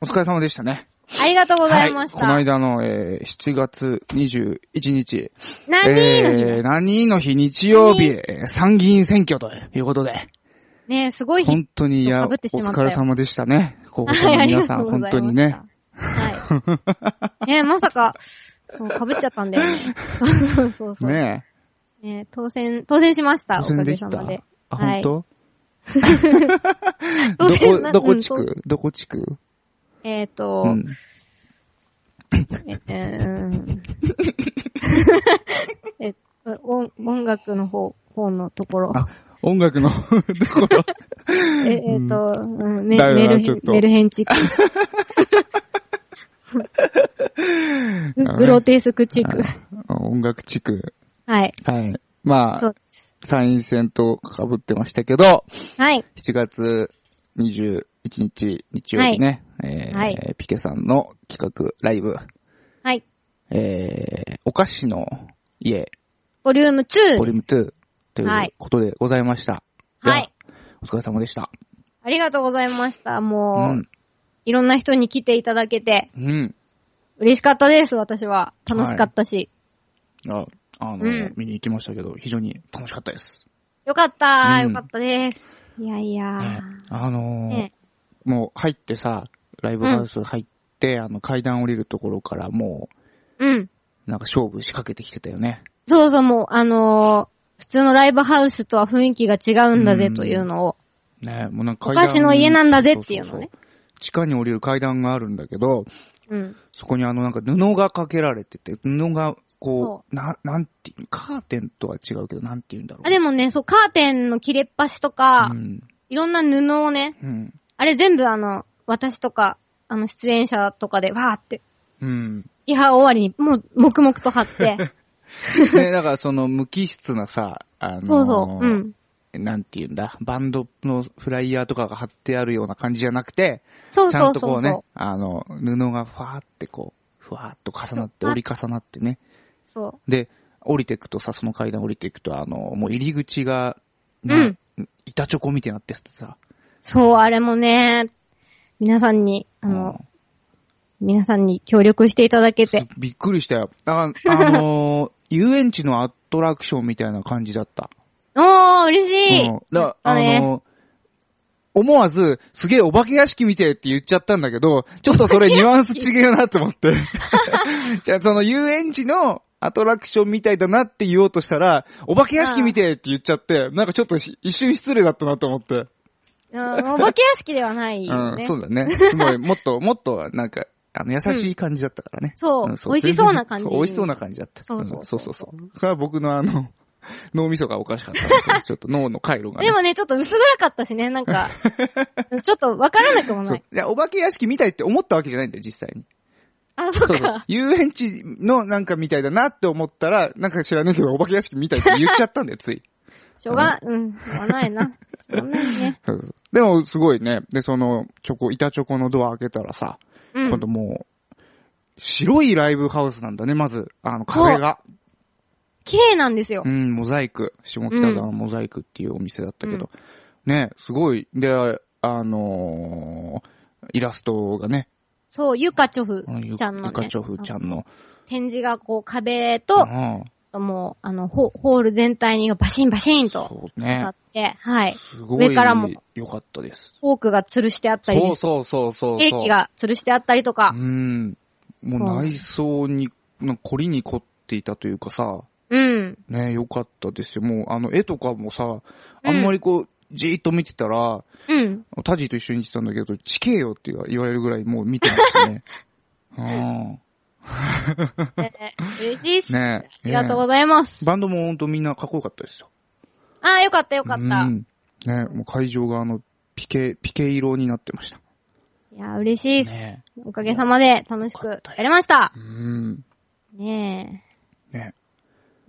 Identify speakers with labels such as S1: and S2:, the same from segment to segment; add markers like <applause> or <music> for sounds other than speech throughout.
S1: お疲れ様でしたね。
S2: ありがとうございました。
S1: この間の、えー、7月21日。
S2: 何の日だ、
S1: えー、何の日日曜日、えー参議院選挙ということで。
S2: ねえすごい日。
S1: 本当に、いや、
S2: か
S1: お
S2: ぶってしまっ
S1: 疲
S2: たよ
S1: れ様でしたね。
S2: <laughs>
S1: 高校
S2: は
S1: 生
S2: い
S1: の
S2: ありが
S1: 皆
S2: と
S1: さん、
S2: うござい
S1: 本
S2: ました
S1: 当にね。
S2: はい。ねえまさか、そう、被っちゃったんだよね。そうそうそう。ね
S1: ね
S2: え当選、当選しま
S1: え。
S2: し
S1: 当
S2: た、おか
S1: 選
S2: げ
S1: でき
S2: さ
S1: た
S2: まで。。
S1: あ、
S2: はい
S1: 本当
S2: 当
S1: ど
S2: 選
S1: こ、
S2: な
S1: ど
S2: う
S1: こ
S2: ん
S1: 地区どこ地区
S2: えっ、と、
S1: うん。
S2: え
S1: <laughs>
S2: ー、えっと、音音楽の方、方のところ。
S1: あ、音楽の <laughs> ところ。
S2: ええっと、うんメ
S1: だよな
S2: メルヘ
S1: ちょっ
S2: ン、
S1: と
S2: メルヘンチッ
S1: <laughs>
S2: ク。ググロテスクチック。
S1: あ音楽地区。
S2: はい。
S1: はい。ま
S2: そ
S1: あ
S2: う、
S1: 参院選と被ってましたけど、
S2: はい。
S1: 7月21日、日曜日ね、えー
S2: はい
S1: ピケさんの企画、ライブ、
S2: はい。
S1: えー、お菓子の家、
S2: ボリューム2。
S1: ボリューム2と
S2: は
S1: いう
S2: い
S1: ことでございました。
S2: はい。
S1: や。お疲れ様でした。
S2: ありがとうございました。
S1: う
S2: もう、
S1: ん。
S2: いろんな人に来ていただけて、
S1: うん。
S2: 嬉しかったです、私は。楽しかったし。
S1: あ、あの、
S2: うん
S1: 見に行きましたけど、非常に楽しかったです。
S2: よかった、
S1: うん
S2: よかったです。いやいや
S1: ね、あのー
S2: ね
S1: もう入ってさ、ライブハウス入って、あの階段降りるところからも
S2: うん。
S1: う、なんか勝負仕掛けてきてたよね。
S2: そうそう、もう、あのー普通のライブハウスとは雰囲気が違うんだぜというのを。
S1: ねもうなんか
S2: お菓子の家なんだぜっていうのね
S1: そそそ地下に降りる階段があるんだけど、
S2: うん。
S1: そこにあのなんか布がかけられてて、布がこ、
S2: そう
S1: な、なんていう、カーテンとは違うけど、なんていうんだろう。
S2: あ、でもね、そう、カーテンの切れっ端とか、
S1: うん。
S2: いろんな布をね、
S1: うん。
S2: あれ全部あの、私とか、あの、出演者とかで、わーって、 <laughs>
S1: うん。
S2: リハ終わりに、もう、黙々と
S1: <laughs>
S2: 貼って、
S1: ね、だからその無機質なさ、あのー
S2: そうそう、うん。
S1: なんていうんだ、バンドのフライヤーとかが貼ってあるような感じじゃなくて、
S2: そう
S1: ちゃ
S2: そ
S1: ん
S2: う
S1: と
S2: そ
S1: こ
S2: う
S1: う
S2: そ
S1: ね、
S2: う。
S1: あの、布がふわーってこう、ふわーっと重なって、
S2: そう
S1: 折り重なってね。
S2: そう。
S1: で、降りてくとさ、その階段降りていくと、あの、もう入り口が、
S2: う。
S1: なん板チョコみたいになっててさ、
S2: そう、あれもね、皆さんに、あの、皆さんに協力していただけ
S1: うん
S2: て。
S1: びっくりしたよ。ああの <laughs> ー遊園地のアトラクションみたいな感じだった。
S2: おー、嬉しい、
S1: うん、だ
S2: あ
S1: あ
S2: ね
S1: の、思わず、すげえお化け屋敷見てえって言っちゃったんだけど、ちょっとそれニュアンス違うなと思って。 <laughs> じゃあその遊園地のアトラクションみたいだなって言おうとしたら、お化け屋敷見てえって言っちゃって、なんかちょっとし一瞬失礼だったなと思って。
S2: うん。お化け屋敷ではないよ
S1: <laughs> う
S2: ね。
S1: ん、そうだね。すごい、もっと、もっと、なんか、あの、優しい感じだったからね。
S2: <laughs> そうん美味しそうな感じ
S1: そう美味しそうな感じだった。
S2: そうそうん
S1: そうそうそう。それは僕のあの、脳みそがおかしかったんです
S2: <laughs>
S1: よ。ちょっと脳の回路がね
S2: で。もね、ちょっと薄暗かったしね、な
S1: <laughs>
S2: んか、ちょっとわからなくも
S1: そう
S2: ない。。
S1: いや、お化け屋敷みたいって思ったわけじゃないんだよ、実際に。
S2: あ、そっ
S1: そうそう
S2: か。。
S1: 遊園地のなんかみたいだなって思ったら、なんか知らねえけど、お化け屋敷みたいって言っちゃったんだよ、つ
S2: <laughs>
S1: い。
S2: しょうが、うん、しょうがないな。そんなにね。
S1: そうそうでも、すごいね。で、その、チョコ、板チョコのドア開けたらさ、
S2: うん
S1: 今。度もう、白いライブハウスなんだね、まず。あの、壁が。
S2: 綺麗なんですよ
S1: う。ん、モザイク。下北沢のモザイクっていうお店だったけど。ね、すごい。で、あのーイラストがね、
S2: そう、ゆかちょふ
S1: あのゆゆ
S2: ちゃんの
S1: か
S2: ね
S1: ちょふちゃんの。
S2: 展示がこう壁
S1: う
S2: と、
S1: ん
S2: もう、あの、ホホール全体にバシンバシンと、
S1: そうね
S2: あ。って、はい。
S1: すごい
S2: 上からも
S1: 良かったです。
S2: フォークが吊るしてあったり
S1: そ
S2: で
S1: う
S2: す。
S1: そうそうそうそう。
S2: ケーキが吊るしてあったりとか
S1: う。ん。も
S2: そう
S1: う内装に、なんか凝りに凝っていたというかさ、
S2: うん。
S1: ね、良かったですよ。もうあの絵とかもさ、あんまりこう、じーっと見てたら、 <laughs>
S2: うん。
S1: タジーと一緒に行ってたんだけど、地形よって言われるぐらいもう見てました
S2: <laughs>
S1: ね。う
S2: ね嬉しいっす。
S1: ん。ね
S2: ありがとうございます。
S1: バンドもほんとみんなかっこよかったですよ。
S2: あー、よかったよかった
S1: う。ん。ね、もう会場があの、ピケ、ピケ色になってました。
S2: いやー、嬉しいっす。
S1: ね
S2: おかげさまで楽しくやれました
S1: う。ん。
S2: ね
S1: ね
S2: え。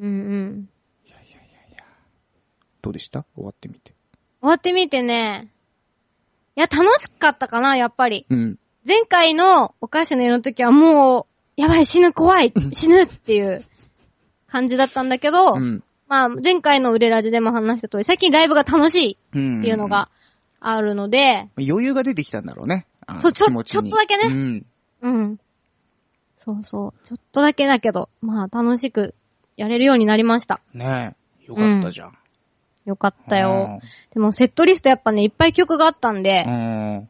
S2: うんうん。
S1: どうでした終わってみて。
S2: 終わってみてね。いや、楽しかったかな、やっぱり。
S1: うん。
S2: 前回のお菓子の家の時はもう、やばい、死ぬ、怖い、死ぬっていう感じだったんだけど、
S1: うん。
S2: まあ、前回の売れラジでも話した通り、最近ライブが楽しい
S1: うん。
S2: っていうのがあるので、
S1: 余裕が出てきたんだろうね。あの
S2: そうちょ
S1: 気持に
S2: ちょっとだけね
S1: うん。
S2: うん。そうそう。ちょっとだけだけど、まあ楽しくやれるようになりました。
S1: ねえ。よかったじゃん。
S2: よかったよ。でもセットリストやっぱね、いっぱい曲があったんで
S1: う、ん。うん。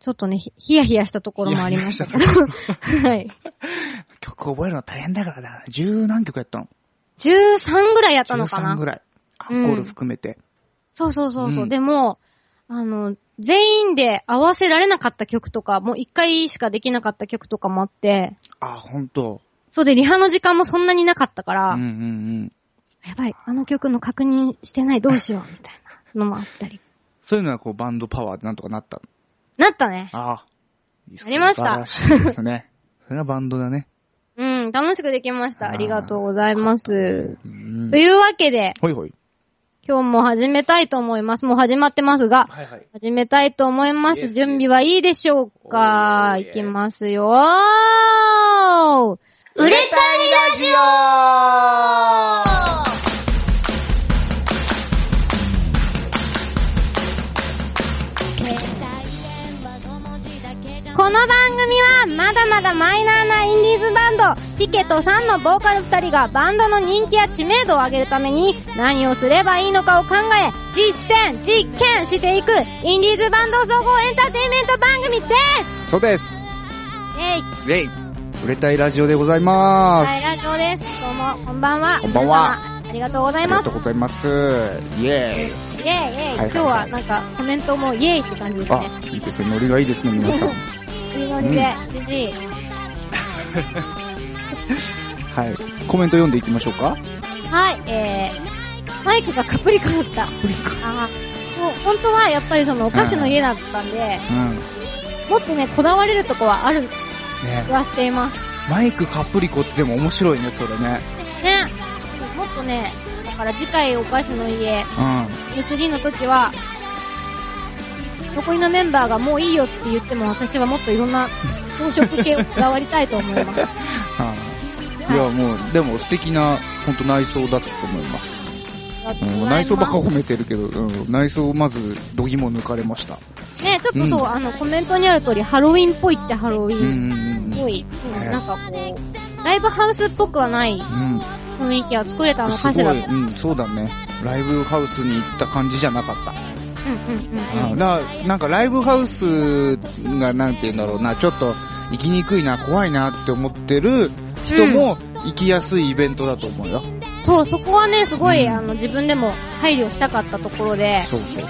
S2: ちょっとね、ひひやひやしたところもありましたけど。 <laughs> はい。
S1: 曲覚えるの大変だからだ。十何曲やったの
S2: 13ぐらいやったのか
S1: 13
S2: な
S1: ぐらい。ア
S2: うん
S1: ンコール含めて。
S2: そうそうそうそう。
S1: うん
S2: でも、あの、全員で合わせられなかった曲とか、もう一回しかできなかった曲とかもあって、
S1: あ、ほんと。
S2: そうで、リハの時間もそんなになかったか
S1: う
S2: ら、
S1: んうんうん。
S2: やばい、あの曲の確認してないどうしよう、みたいなのもあったり。
S1: そういうのはこうバンドパワーでなんとかなったの。
S2: なったね。
S1: ああ。いいっすね
S2: なりました
S1: 素晴らしいですね。 <laughs> それがバンドだね。
S2: うん、楽しくできました。
S1: あー
S2: ありがとうございます。
S1: うん
S2: と。いうわけで、
S1: ほいほい。
S2: 今日も始めたいと思います。もう始まってますが、
S3: はいはい。
S2: 始めたいと思いま
S3: イエ
S2: す。
S3: ス
S2: 準備はいいでしょうか
S3: おーい
S2: いきますよー売れた
S3: ラジオ
S2: この番組はまだまだマイナーなインディーズバンド、ティケとさんのボーカル2人がバンドの人気や知名度を上げるために何をすればいいのかを考え、実践、実験していくインディーズバンド総合エンターテインメント番組です
S1: そうです。
S2: えい、
S1: イェイ。売れたいラジオでございます。
S2: はい、ラジオです。どうも、こんばんは。
S1: こんばんは
S2: 皆様。ありがとうござ
S1: あ
S2: い
S1: り
S2: ま
S1: が
S2: す
S1: と。うございます。イェーイ。
S2: イェイイェイ。
S1: はいはいはい
S2: 今日はなんかコメントもイェイって感じです
S1: あ
S2: ね。、
S1: いいですね。ノリがいいですね、皆さん。
S2: いいノリで、嬉しい。
S1: はい。コメント読んでいきましょうか。
S2: はい、えー、マイクがカプリカだった。
S1: プリカ。
S2: あーもう本当はやっぱりそのお菓子の家だったんで、
S1: うん。
S2: もっとね、こだわれるとこはある
S1: ね
S2: 気はしています。
S1: マイクカプリコってでも面白いね、それね。
S2: ね。もっとね、だから次回お菓子の家、
S1: う
S2: M3 の時は、残りのメンバーがもういいよって言っても私はもっといろんな装飾系をこだわりたいと思います。
S1: ん。いや、もう、でも素敵な、ほんと内装だったと思います。 <laughs> うん、内装ばっか褒めてるけど、うん、内装まず、どぎも抜かれました。
S2: ね、ちょっとそう、
S1: うん
S2: あの、コメントにある通り、ハロウィンっぽいっちゃハロウィ
S1: うん
S2: ン
S1: うんうん
S2: っぽい。うん
S1: ね
S2: なんかこう、ライブハウスっぽくはない
S1: うん。
S2: 雰囲気は作れた
S1: うん。
S2: の
S1: す
S2: かし
S1: ご
S2: らと。
S1: い、うん、そうだね。ライブハウスに行った感じじゃなかった。
S2: うんうんうんうん。
S1: ななんかライブハウスがなんて言うんだろうな、ちょっと行きにくいな、怖いなって思ってる人も行きやすいイベントだと思うよ。
S2: そう、そこはね、すごい、
S1: うん
S2: あの、自分でも配慮したかったところで、
S1: そうそうそう。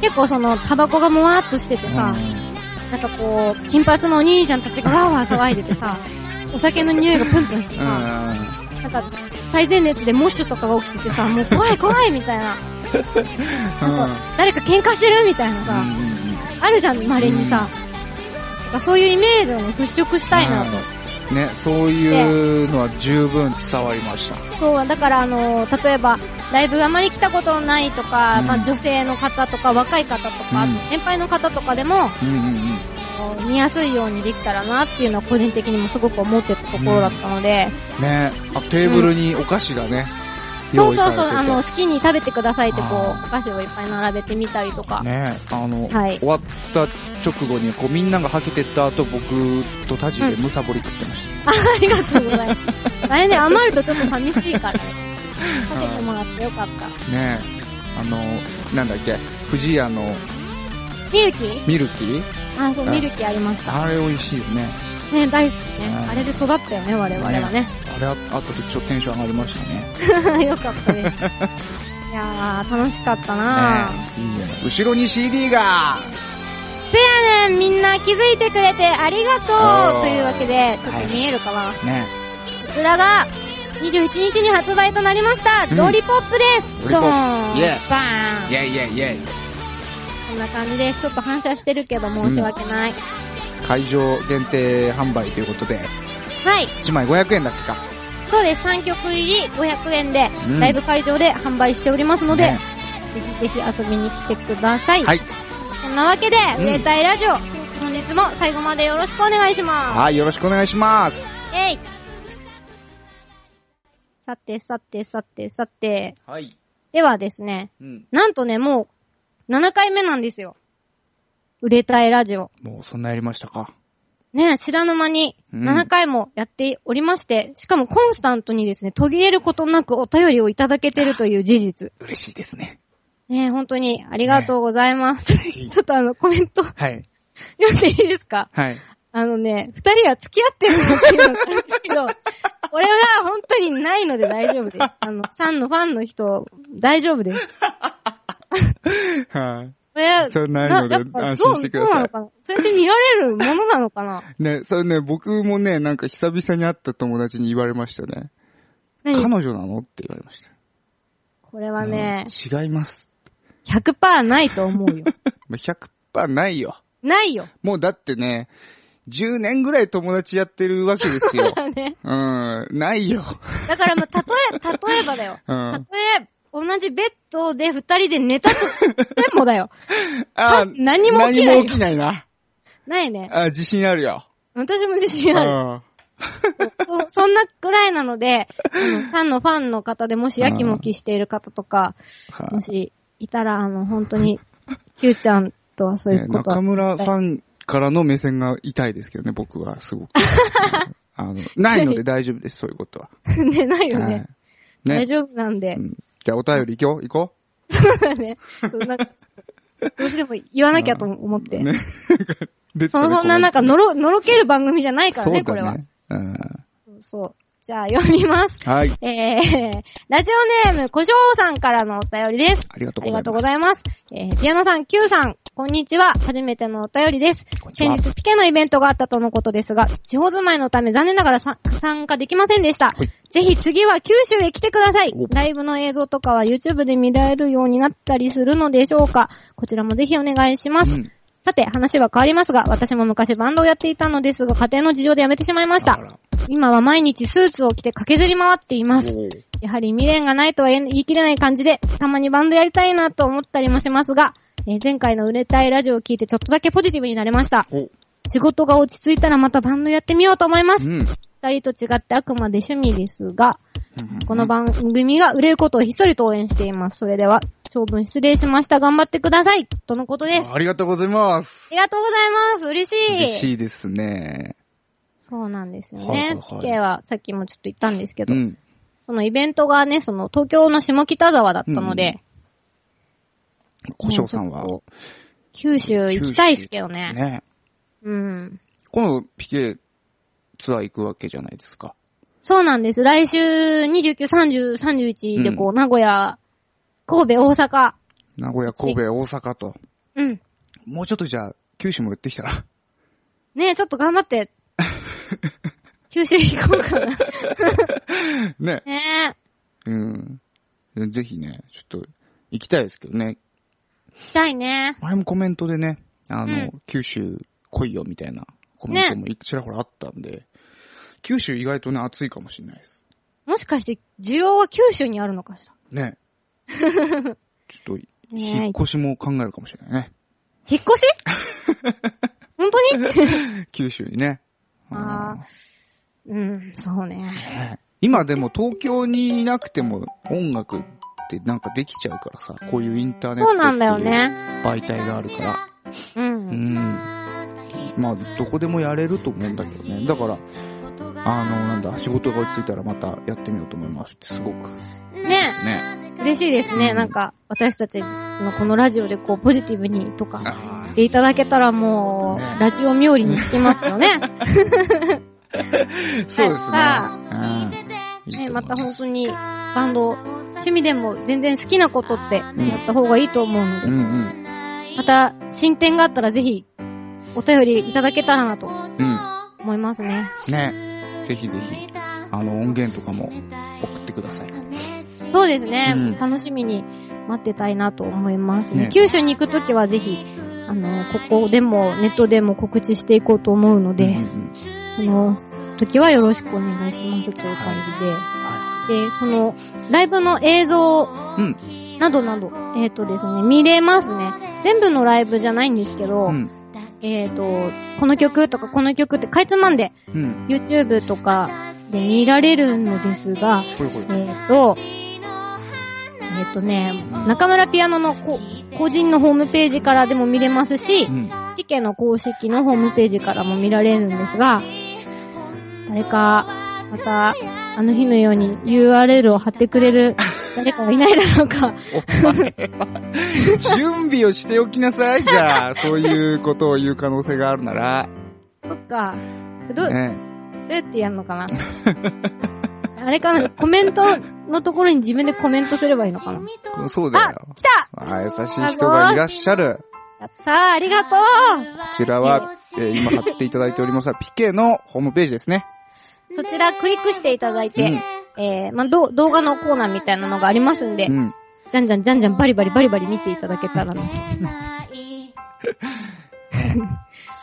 S2: 結構その、タバコがもわーっとしててさ、
S1: う
S2: なんかこう、金髪のお兄ちゃんたちがわーわー騒いでてさ、お酒の匂いがプンプンして
S1: ん。
S2: さ、なんか、最前列でモッシュとかが起きててさ、もう怖い怖いみたいな、
S1: うん。
S2: 誰か喧嘩してるみたいなさ、あるじゃん、稀にさ。だからそういうイメージをね、払拭したいなと。
S1: と。ね、そういうのは十分伝わりました。
S2: そう、だからあのー、例えば、ライブあまり来たことないとか、
S1: うん
S2: まあ女性の方とか若い方とか、
S1: うん
S2: 年配の方とかでも、
S1: うんうんうん。
S2: こう見やすいようにできたらなっていうのは個人的にもすごく思ってたところだったので、
S1: ね、あテーブルにお菓子がね、
S2: そ
S1: 用
S2: う
S1: 意
S2: そ
S1: さ
S2: う
S1: れ
S2: そう、あの、好
S1: て
S2: きに食べてくださいってこう
S1: あ、
S2: お菓子をいっぱい並べてみたりとか。
S1: て。ね、あの、
S2: はい
S1: 終わった直後に、こうみんながはけてった後、僕とタジでむさぼり食ってました。
S2: ありがとうご
S1: <laughs>
S2: ざいます。あれね、余るとちょっと寂しいからね。かけてもらってよかった。
S1: ねえ、あの、なんだっけ、藤屋の
S2: ミルキー
S1: ミルキー
S2: あ、そう、
S1: うん
S2: ミルキーありました。
S1: あれ美味しいよね。
S2: ね、大好きね
S1: う。ん
S2: あれで育ったよね、我々はね。
S1: あれああった時ちょっとテンション上がりましたね。
S2: <laughs> よかったです。いやー、楽しかったなー。
S1: ねえいいね。後ろに CD が
S2: せやねん、みんな気づいてくれてありがと
S1: お
S2: う
S1: ー
S2: というわけで、ちょっ
S1: は
S2: と
S1: い
S2: 見えるかな。
S1: ね
S2: こちらが、21日に発売となりました、
S1: うん
S2: ロリポップで
S1: ロ
S2: す。
S1: リ
S2: ド
S1: ポップ
S2: ーンバ
S1: イ
S2: ー
S1: エ
S2: ン
S1: イェイイェイイェイ。
S2: こんな感じです。ちょっと反射してるけど申し訳ない。
S1: 会場限定販売ということで、
S2: はい。
S1: 1枚500円だっけか。
S2: そうです。3曲入り500円で、
S1: うん
S2: ライブ会場で販売しておりますので、
S1: ね
S2: ぜひぜひ遊びに来てください。
S1: はい。
S2: そんなわけで、
S1: うん
S2: 生態ラジオ、本日も最後までよろしくお願いします。
S1: はい、よろしくお願いします。
S2: えいさて、さて、さて、さて、
S1: はい。
S2: ではですね、
S1: うん。
S2: なんとね、もう、7回目なんですよ。売れたいラジオ。
S1: もうそんなやりましたか。
S2: ね、知らぬ間に
S1: うん
S2: 7回もやっておりまして、しかもコンスタントにですね、途切れることなくお便りをいただけてるという事実。
S1: 嬉しいですね。
S2: ね、本当にありがとうございます。
S1: ね
S2: <laughs> ちょっとあの、コメント
S1: はい。
S2: 読んでいいですか
S1: はい。
S2: あのね、二人は付き合ってるのっていうのがあるんですけ
S1: <laughs>
S2: ど、これは本当にないので大丈夫です。あの、さんのファンの人、大丈夫です。
S1: はい。
S2: これは、
S1: それないので
S2: やっぱ
S1: 安心してください
S2: そうそうなのかなそれって見られるものなのかな
S1: ね、それね、僕もね、なんか久々に会った友達に言われましたね。彼
S2: 何
S1: 女なのって言われました。
S2: これはね、
S1: うん違います。
S2: 100%ないと思
S1: <laughs>
S2: うよ。
S1: まあ100%ないよ。
S2: ないよ。
S1: もうだってね、10年ぐらい友達やってるわけです
S2: <laughs>
S1: よ。
S2: ね。
S1: うん、ないよ。
S2: だからまあ、例え、例えばだよ。
S1: うん
S2: <laughs> 例え、同じベッドで二人で寝たとしてもだよ。
S1: <laughs> あー
S2: 何も起きないよ
S1: 何も起きないな。
S2: ないね。
S1: あー自信あるよ。
S2: 私も自信ある。 <laughs> そ、そんなくらいなので、あの、サンのファンの方でもしやきもきしている方とか、
S1: うん
S2: もしいたら、あの、本当に、キューちゃんとはそうい
S1: ね
S2: うことは。
S1: 中村ファンからの目線が痛いですけどね、僕は、す
S2: <laughs>
S1: ごく。あの、ないので大丈夫です、そういうことは。
S2: <laughs> ね、ないよ
S1: はい
S2: ね。大丈夫なんで
S1: う。んじゃあ、お便り行こう、行こ
S2: そうだね。そうなんかどうしても言わなきゃと思っ
S1: う。
S2: て。 <laughs>
S1: ね。出て
S2: そ
S1: たね
S2: の、そんななんか、のろ、のろける番組じゃないからね、これは。。
S1: コメント
S2: そうそう。じゃあ、読みます。
S1: そうだねうん。はい。
S2: えー、ラジオネーム、小翔さんからのお便りです。
S1: ありがとう
S2: あ
S1: ございます。
S2: りがとうございます。えー、ジアノさん、Q さん、こんにちは。初めてのお便りです。
S1: こんにちは
S2: 先日、ピケのイベントがあったとのことですが、地方住まいのため残念ながらさ参加できませんでした。ぜひ次は九州へ来てください
S1: お。
S2: ライブの映像とかは YouTube で見られるようになったりするのでしょうか。こちらもぜひお願いします。
S1: うん
S2: さて、話は変わりますが、私も昔バンドをやっていたのですが、家庭の事情でやめてしまいまし
S1: あ
S2: た。
S1: ら
S2: 今は毎日スーツを着て駆けずり回っています。
S1: おー
S2: やはり未練がないとは言い切れない感じで、たまにバンドやりたいなと思ったりもしますが、えー前回の売れたいラジオを聞いてちょっとだけポジティブになれました。
S1: お。
S2: 仕事が落ち着いたらまたバンドやってみようと思います。
S1: うん。
S2: 二人と違ってあくまで趣味ですが、この
S1: 場
S2: 番組が売れることをひっそりと応援しています。それでは、長文失礼しました。頑張ってくださいとのことです。あ
S1: ありがとうございます。
S2: りがとうございます。嬉しい。
S1: 嬉しいですね。
S2: そうなんですよ
S1: はいはい
S2: ね
S1: は。い
S2: ピケはさっきもちょっと言ったんですけど
S1: う、ん。
S2: そのイベントがね、その東京の下北沢だったので、
S1: うん小翔さんは。
S2: もうちょっと九州行きたいっすけどね。
S1: ね。
S2: うん。
S1: 今度、ピケツアー行くわけじゃないですか。
S2: そうなんです。来週29、30、31でこう、名古屋、神戸、大阪。
S1: 名古屋、神戸、大阪と。
S2: うん。
S1: もうちょっとじゃあ、九州も寄ってきたら。 <laughs>
S2: ねえ、ちょっと頑張 <laughs> って。九州行こうかな。
S1: ね。
S2: ね
S1: うん。ぜひね、ちょっと、行きたいですけどね。
S2: え。行きたいね。
S1: 前もコメントでね、あの、
S2: う
S1: 九州来いよみたいなコメントもちらほらあったんで、九州意外とね、暑いかもしれないです。
S2: もしかして、需要は九州にあるのかしら。
S1: ね。ちょっと、
S2: ねえ
S1: 引っ越しも考えるかもしれないね。
S2: 引っ越し <laughs> 本当に
S1: 九州にね。
S2: ああ。うん、そうね。
S1: ね今でも東京にいなくても音楽ってなんかできちゃうからさ、こういうインターネッ
S2: そ
S1: ト
S2: うなんだよ
S1: っていう
S2: ね。
S1: 媒体があるから。う
S2: う。
S1: んん。まあ、どこでもやれると思うんだけどね。だから、あの、なんだ、仕事が落ち着いたらまたやってみようと思いますって、すごく。
S2: ね
S1: ね。
S2: え、嬉しいですね。なんか、私たちのこのラジオでこう、ポジティブにとか。
S1: あ
S2: していただけたらも
S1: ね
S2: う、ラジオ冥利につきますよね。 <laughs> ね
S1: ーそうですね
S2: は。
S1: うん。いいと思
S2: ま
S1: いま
S2: た
S1: す
S2: 本当
S1: <laughs>
S2: に、バンド、趣味でも全然好きなことってやった方がいいと思うので、
S1: うんうん。
S2: また進展があったらぜひ、お便りいただけたらなと
S1: うん。
S2: 思いますね。
S1: ね。ぜひぜひ、あの、音源とかも送ってください。
S2: そうですね、
S1: うん
S2: 楽しみに待ってたいなと思いますね。
S1: ね
S2: 九州に行くときはぜひ、あの、ここでも、ネットでも告知していこうと思うので、
S1: うんうん
S2: その時はよろしくお願いしますという感じで、
S1: は
S2: で、その、ライブの映像
S1: い。うん。
S2: などなど、えっ、とですね、見れますね。全部のライブじゃないんですけど、
S1: うん。
S2: えっ、と、この曲とかこの曲ってかいつまんで、
S1: うん。
S2: YouTube とかで見られるのですが、
S1: ほいほい
S2: えっ、。と、えっ、とね、中村ピアノのこ個人のホームページからでも見れますし
S1: う、ん。
S2: チケの公式のホームページからも見られるんですが、誰か、また、あの日のように URL を貼ってくれる誰かがいないだろうか。
S1: お前は <laughs> 準備をしておきなさい。じゃあ、そういうことを言う可能性があるなら。
S2: そっか。どう、ど
S1: ね、
S2: うやってやんのかな <laughs> あれかなコメントのところに自分でコメントすればいいのかな
S1: そうだ
S2: あ
S1: よ。
S2: 来た
S1: あ優しい人がいらっしゃる。
S2: やったーありがとう
S1: こちらは、えー今貼っていただいておりますが、ピケのホームページですね。
S2: そちらクリックしていただいて、
S3: う
S2: えー、まあ、どう動画のコーナーみたいなのがありますんで、
S1: うん。
S2: じゃんじゃんじゃんじゃんバリバリバリバリ見ていただけたらな。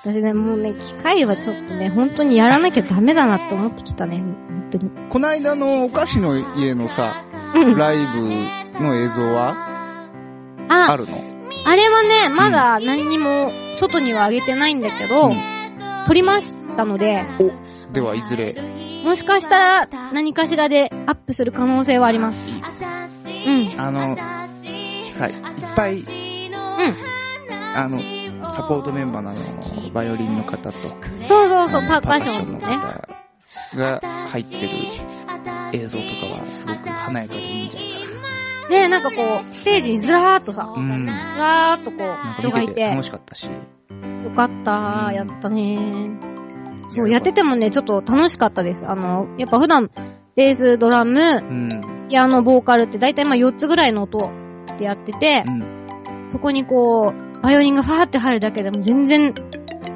S2: 私ね、もうね、機械はちょっとね、本当にやらなきゃダメだなって思ってきたね。本当に。
S1: こないだのお菓子の家のさ、
S2: うん。
S1: ライブの映像はあ
S2: あ、
S1: るの
S2: あれはね、まだ何にも外には上げてないんだけど、
S1: うん
S2: 撮りましたので、
S1: では、いずれ。
S2: もしかしたら何かしらでアップする可能性はあります。うん。
S1: あの、さ、いっぱい、あの、サポートメンバーのあのバイオリンの方と、
S2: そうそうそう、
S1: あの
S2: パーカッションの
S1: パー
S2: ね
S1: カ。ッションの方が入ってる映像とかは、すごく華やかでいいんじゃないかな。
S2: で、なんかこう、ステージにずらーっとさ、
S1: うん。
S2: ず
S1: な、
S2: らーっとこうん
S1: か
S2: 人が
S1: 見
S2: い
S1: て
S2: て、
S1: て楽
S2: よ
S1: しかったし。
S2: かった
S1: う
S2: ー、
S1: ん
S2: やったねー。そう、やっててもね、ちょっと楽しかったです。あの、やっぱ普段、ベース、ドラム、
S1: うん。
S2: ピアノ、ボーカルって大体まあ4つぐらいの音でやってて
S1: う、ん。
S2: そこにこう、バイオリンがファーって入るだけでも全然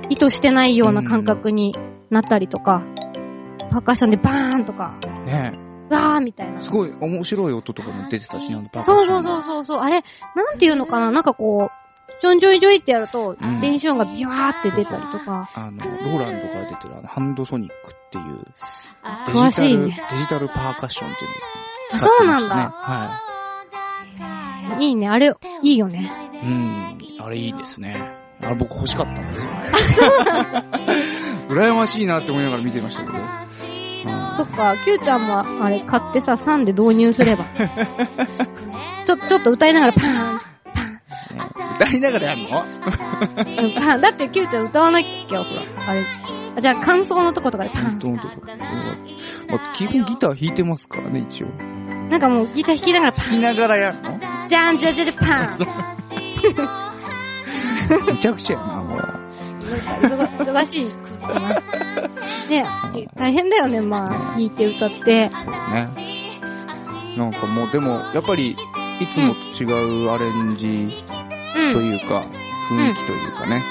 S2: 意図してないような感覚になったりとか、パーカッションでバーンとか、
S1: ね
S2: わーみたいな。
S1: すごい面白い音とかも出てたし、なんパーカッ
S2: そう
S1: ション
S2: そうそうそうそう、あれ、なんていうのかな、なんかこう、ちょんちょいちょいってやると
S1: う、ん
S2: 電子音がビワーって出たりとか、
S1: あの、ローランドから出てるあの、ハンドソニックっていう、デジ
S2: 詳
S1: タ
S2: しい
S1: ル、
S2: ね
S1: デジタルパーカッションっていうの
S2: あ
S1: を
S2: そ
S1: 使っ
S2: う
S1: てま
S2: な
S1: し
S2: ん
S1: たね。
S2: だ。
S1: はい
S2: いいね、あれ、いいよね。
S1: い。うん、あれいいですね。あれ僕欲しかったんですよ。羨ましいなって思いながら見てましたけど。
S2: そっか、キューちゃんもあれ買ってさ、3で導入すれば。ちょ、ちょっと歌いながらパーン、
S1: 歌いながらやんの
S2: うんパーン。だってキューちゃん歌わなきゃ、ほら。あれ。あじゃあ感想のとことかでパー
S1: 本当
S2: ン。
S1: 本当とか。まあ、基本ギター弾いてますからね、一応。
S2: なんかもうギター弾きながらパ
S1: 弾きながらやんの
S2: ン。じゃんじゃんじゃんじゃんパーン。
S1: めちゃくちゃやな、もう。
S2: なんか忙忙しいかな。ねえ大変だよね、まあ、弾いて歌って。
S1: そうね。なんかもう、でも、やっぱり、いつもと違うアレンジ
S2: う
S1: と
S2: ん。
S1: いうか、雰囲気というかね、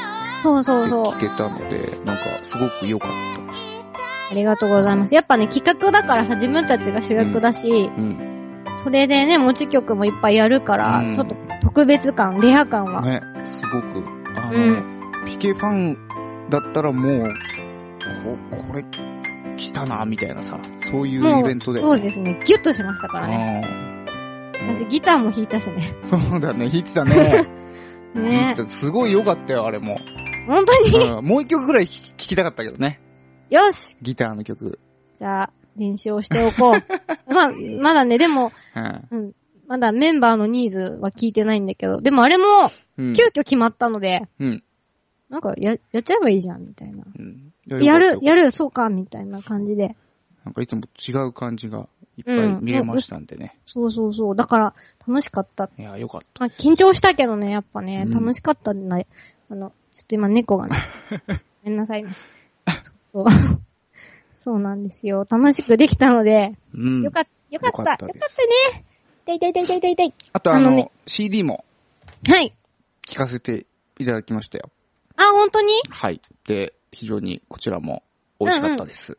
S2: そうそう
S1: で
S2: そう
S1: 聞。けたので、なんか、すごく良かったです。
S2: ありがとうございます。やっぱね、企画だからさ、自分たちが主役だし、
S1: うん。
S2: それでね、持ち曲もいっぱいやるから、
S1: うん
S2: ちょっと特別感、レア感は。
S1: ね、すごく、あ
S2: う
S1: の、
S2: ん。
S1: ピケファンだったらもう、こ、これ、来たな、みたいなさ、そういうイベントで。
S2: そうですね。ギュッとしましたからね。
S1: うん
S2: 私ギターも弾いたしね。
S1: そうだね、弾いてたね。弾い
S2: <laughs> ね
S1: てたすごい良かったよ、あれも。
S2: 本当に <laughs>
S1: うんもう一曲ぐらい弾きたかったけどね。
S2: よし
S1: ギターの曲。
S2: じゃあ、練習をしておこう。
S1: <laughs>
S2: まあ、まだね、でも、
S1: うん
S2: うん。まだメンバーのニーズは聞いてないんだけど、でもあれも、
S1: うん。
S2: 急遽決まったので、
S1: うん。
S2: なんか、や、やっちゃえばいいじゃん、みたいな。
S1: うん
S2: やる、や
S1: る。
S2: る、そうか、みたいな感じで。
S1: なんかいつも違う感じがいっぱい見れましたんでね。
S2: そうそうそう。だから、楽しかった。
S1: いや、良かった。
S2: まあ、緊張したけどね、やっぱね、
S1: うん
S2: 楽しかったんだ。あの、ちょっと今猫
S1: <laughs>
S2: がね、ごめんなさいね。そうそうそうなんですよ。楽しくできたので、
S1: うん。
S2: よかっよかった、
S1: よ
S2: よ
S1: か
S2: かっ
S1: ったた
S2: ね
S1: です
S2: 痛い痛い痛い痛い痛い痛い。
S1: あとあ
S2: あ
S1: の、
S2: のね
S1: CD も
S2: はい。
S1: 聞かせていただきましたよ。
S2: あ、本当に
S1: はい。で、非常にこちらも美味しかったです。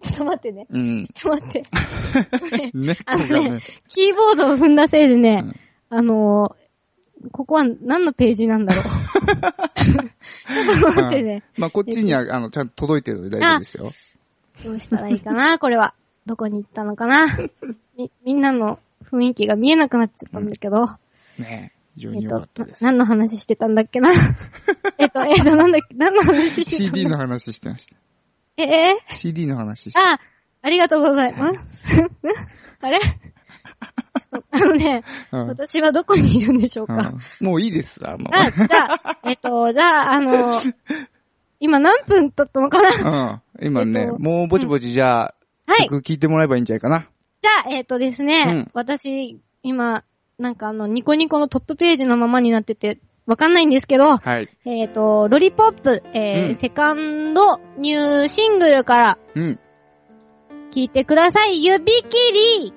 S2: ちょっと待ってね。
S1: うん、
S2: ちょっと待って。
S1: 猫
S2: あ
S1: が
S2: のね
S1: ね。、
S2: キーボードを踏んだせいでね、
S1: うん
S2: あのー、ここは何のページなん
S1: <laughs>
S2: だろう。ちょっと待ってね。
S1: まあ、こっちには、あの、ちゃんと届いてるので大丈夫ですよ。
S2: どうしたらいいかな、これは。どこに行ったのかな。み、みんなの雰囲気が見えなくなっちゃったんだけど。
S1: ね非常
S2: え
S1: に
S2: っ
S1: 良か
S2: と
S1: ったで、す。
S2: な何の話してたんだっ
S1: <laughs>
S2: けな。えっと、えっと、なんだっけ、何の話してたん
S1: CD
S2: だ
S1: の話してまし
S2: ええ
S1: た。CD の話して <laughs>
S2: あ、ありがとうございます。あれちあのね、
S1: うん
S2: 私はどこにいるんでしょう
S1: う
S2: か。
S1: んもういいです。あの、
S2: あ、じゃあ、えっと、じゃあ、あの、今何分経ったのかな
S1: うん。今ね、
S2: えっと
S1: もうぼちぼちじゃあ、
S2: はい。
S1: 曲聴いてもらえばいいんじゃないかな。
S2: じゃあ、えっ、とですね、
S1: うん
S2: 私、今、なんかあの、ニコニコのトップページのままになってて、わかんないんですけど、
S1: はい。
S2: えっ、と、ロリポップ、えー
S1: うん
S2: セカンドニューシングルから
S1: うん。
S2: 聞いてください。指切り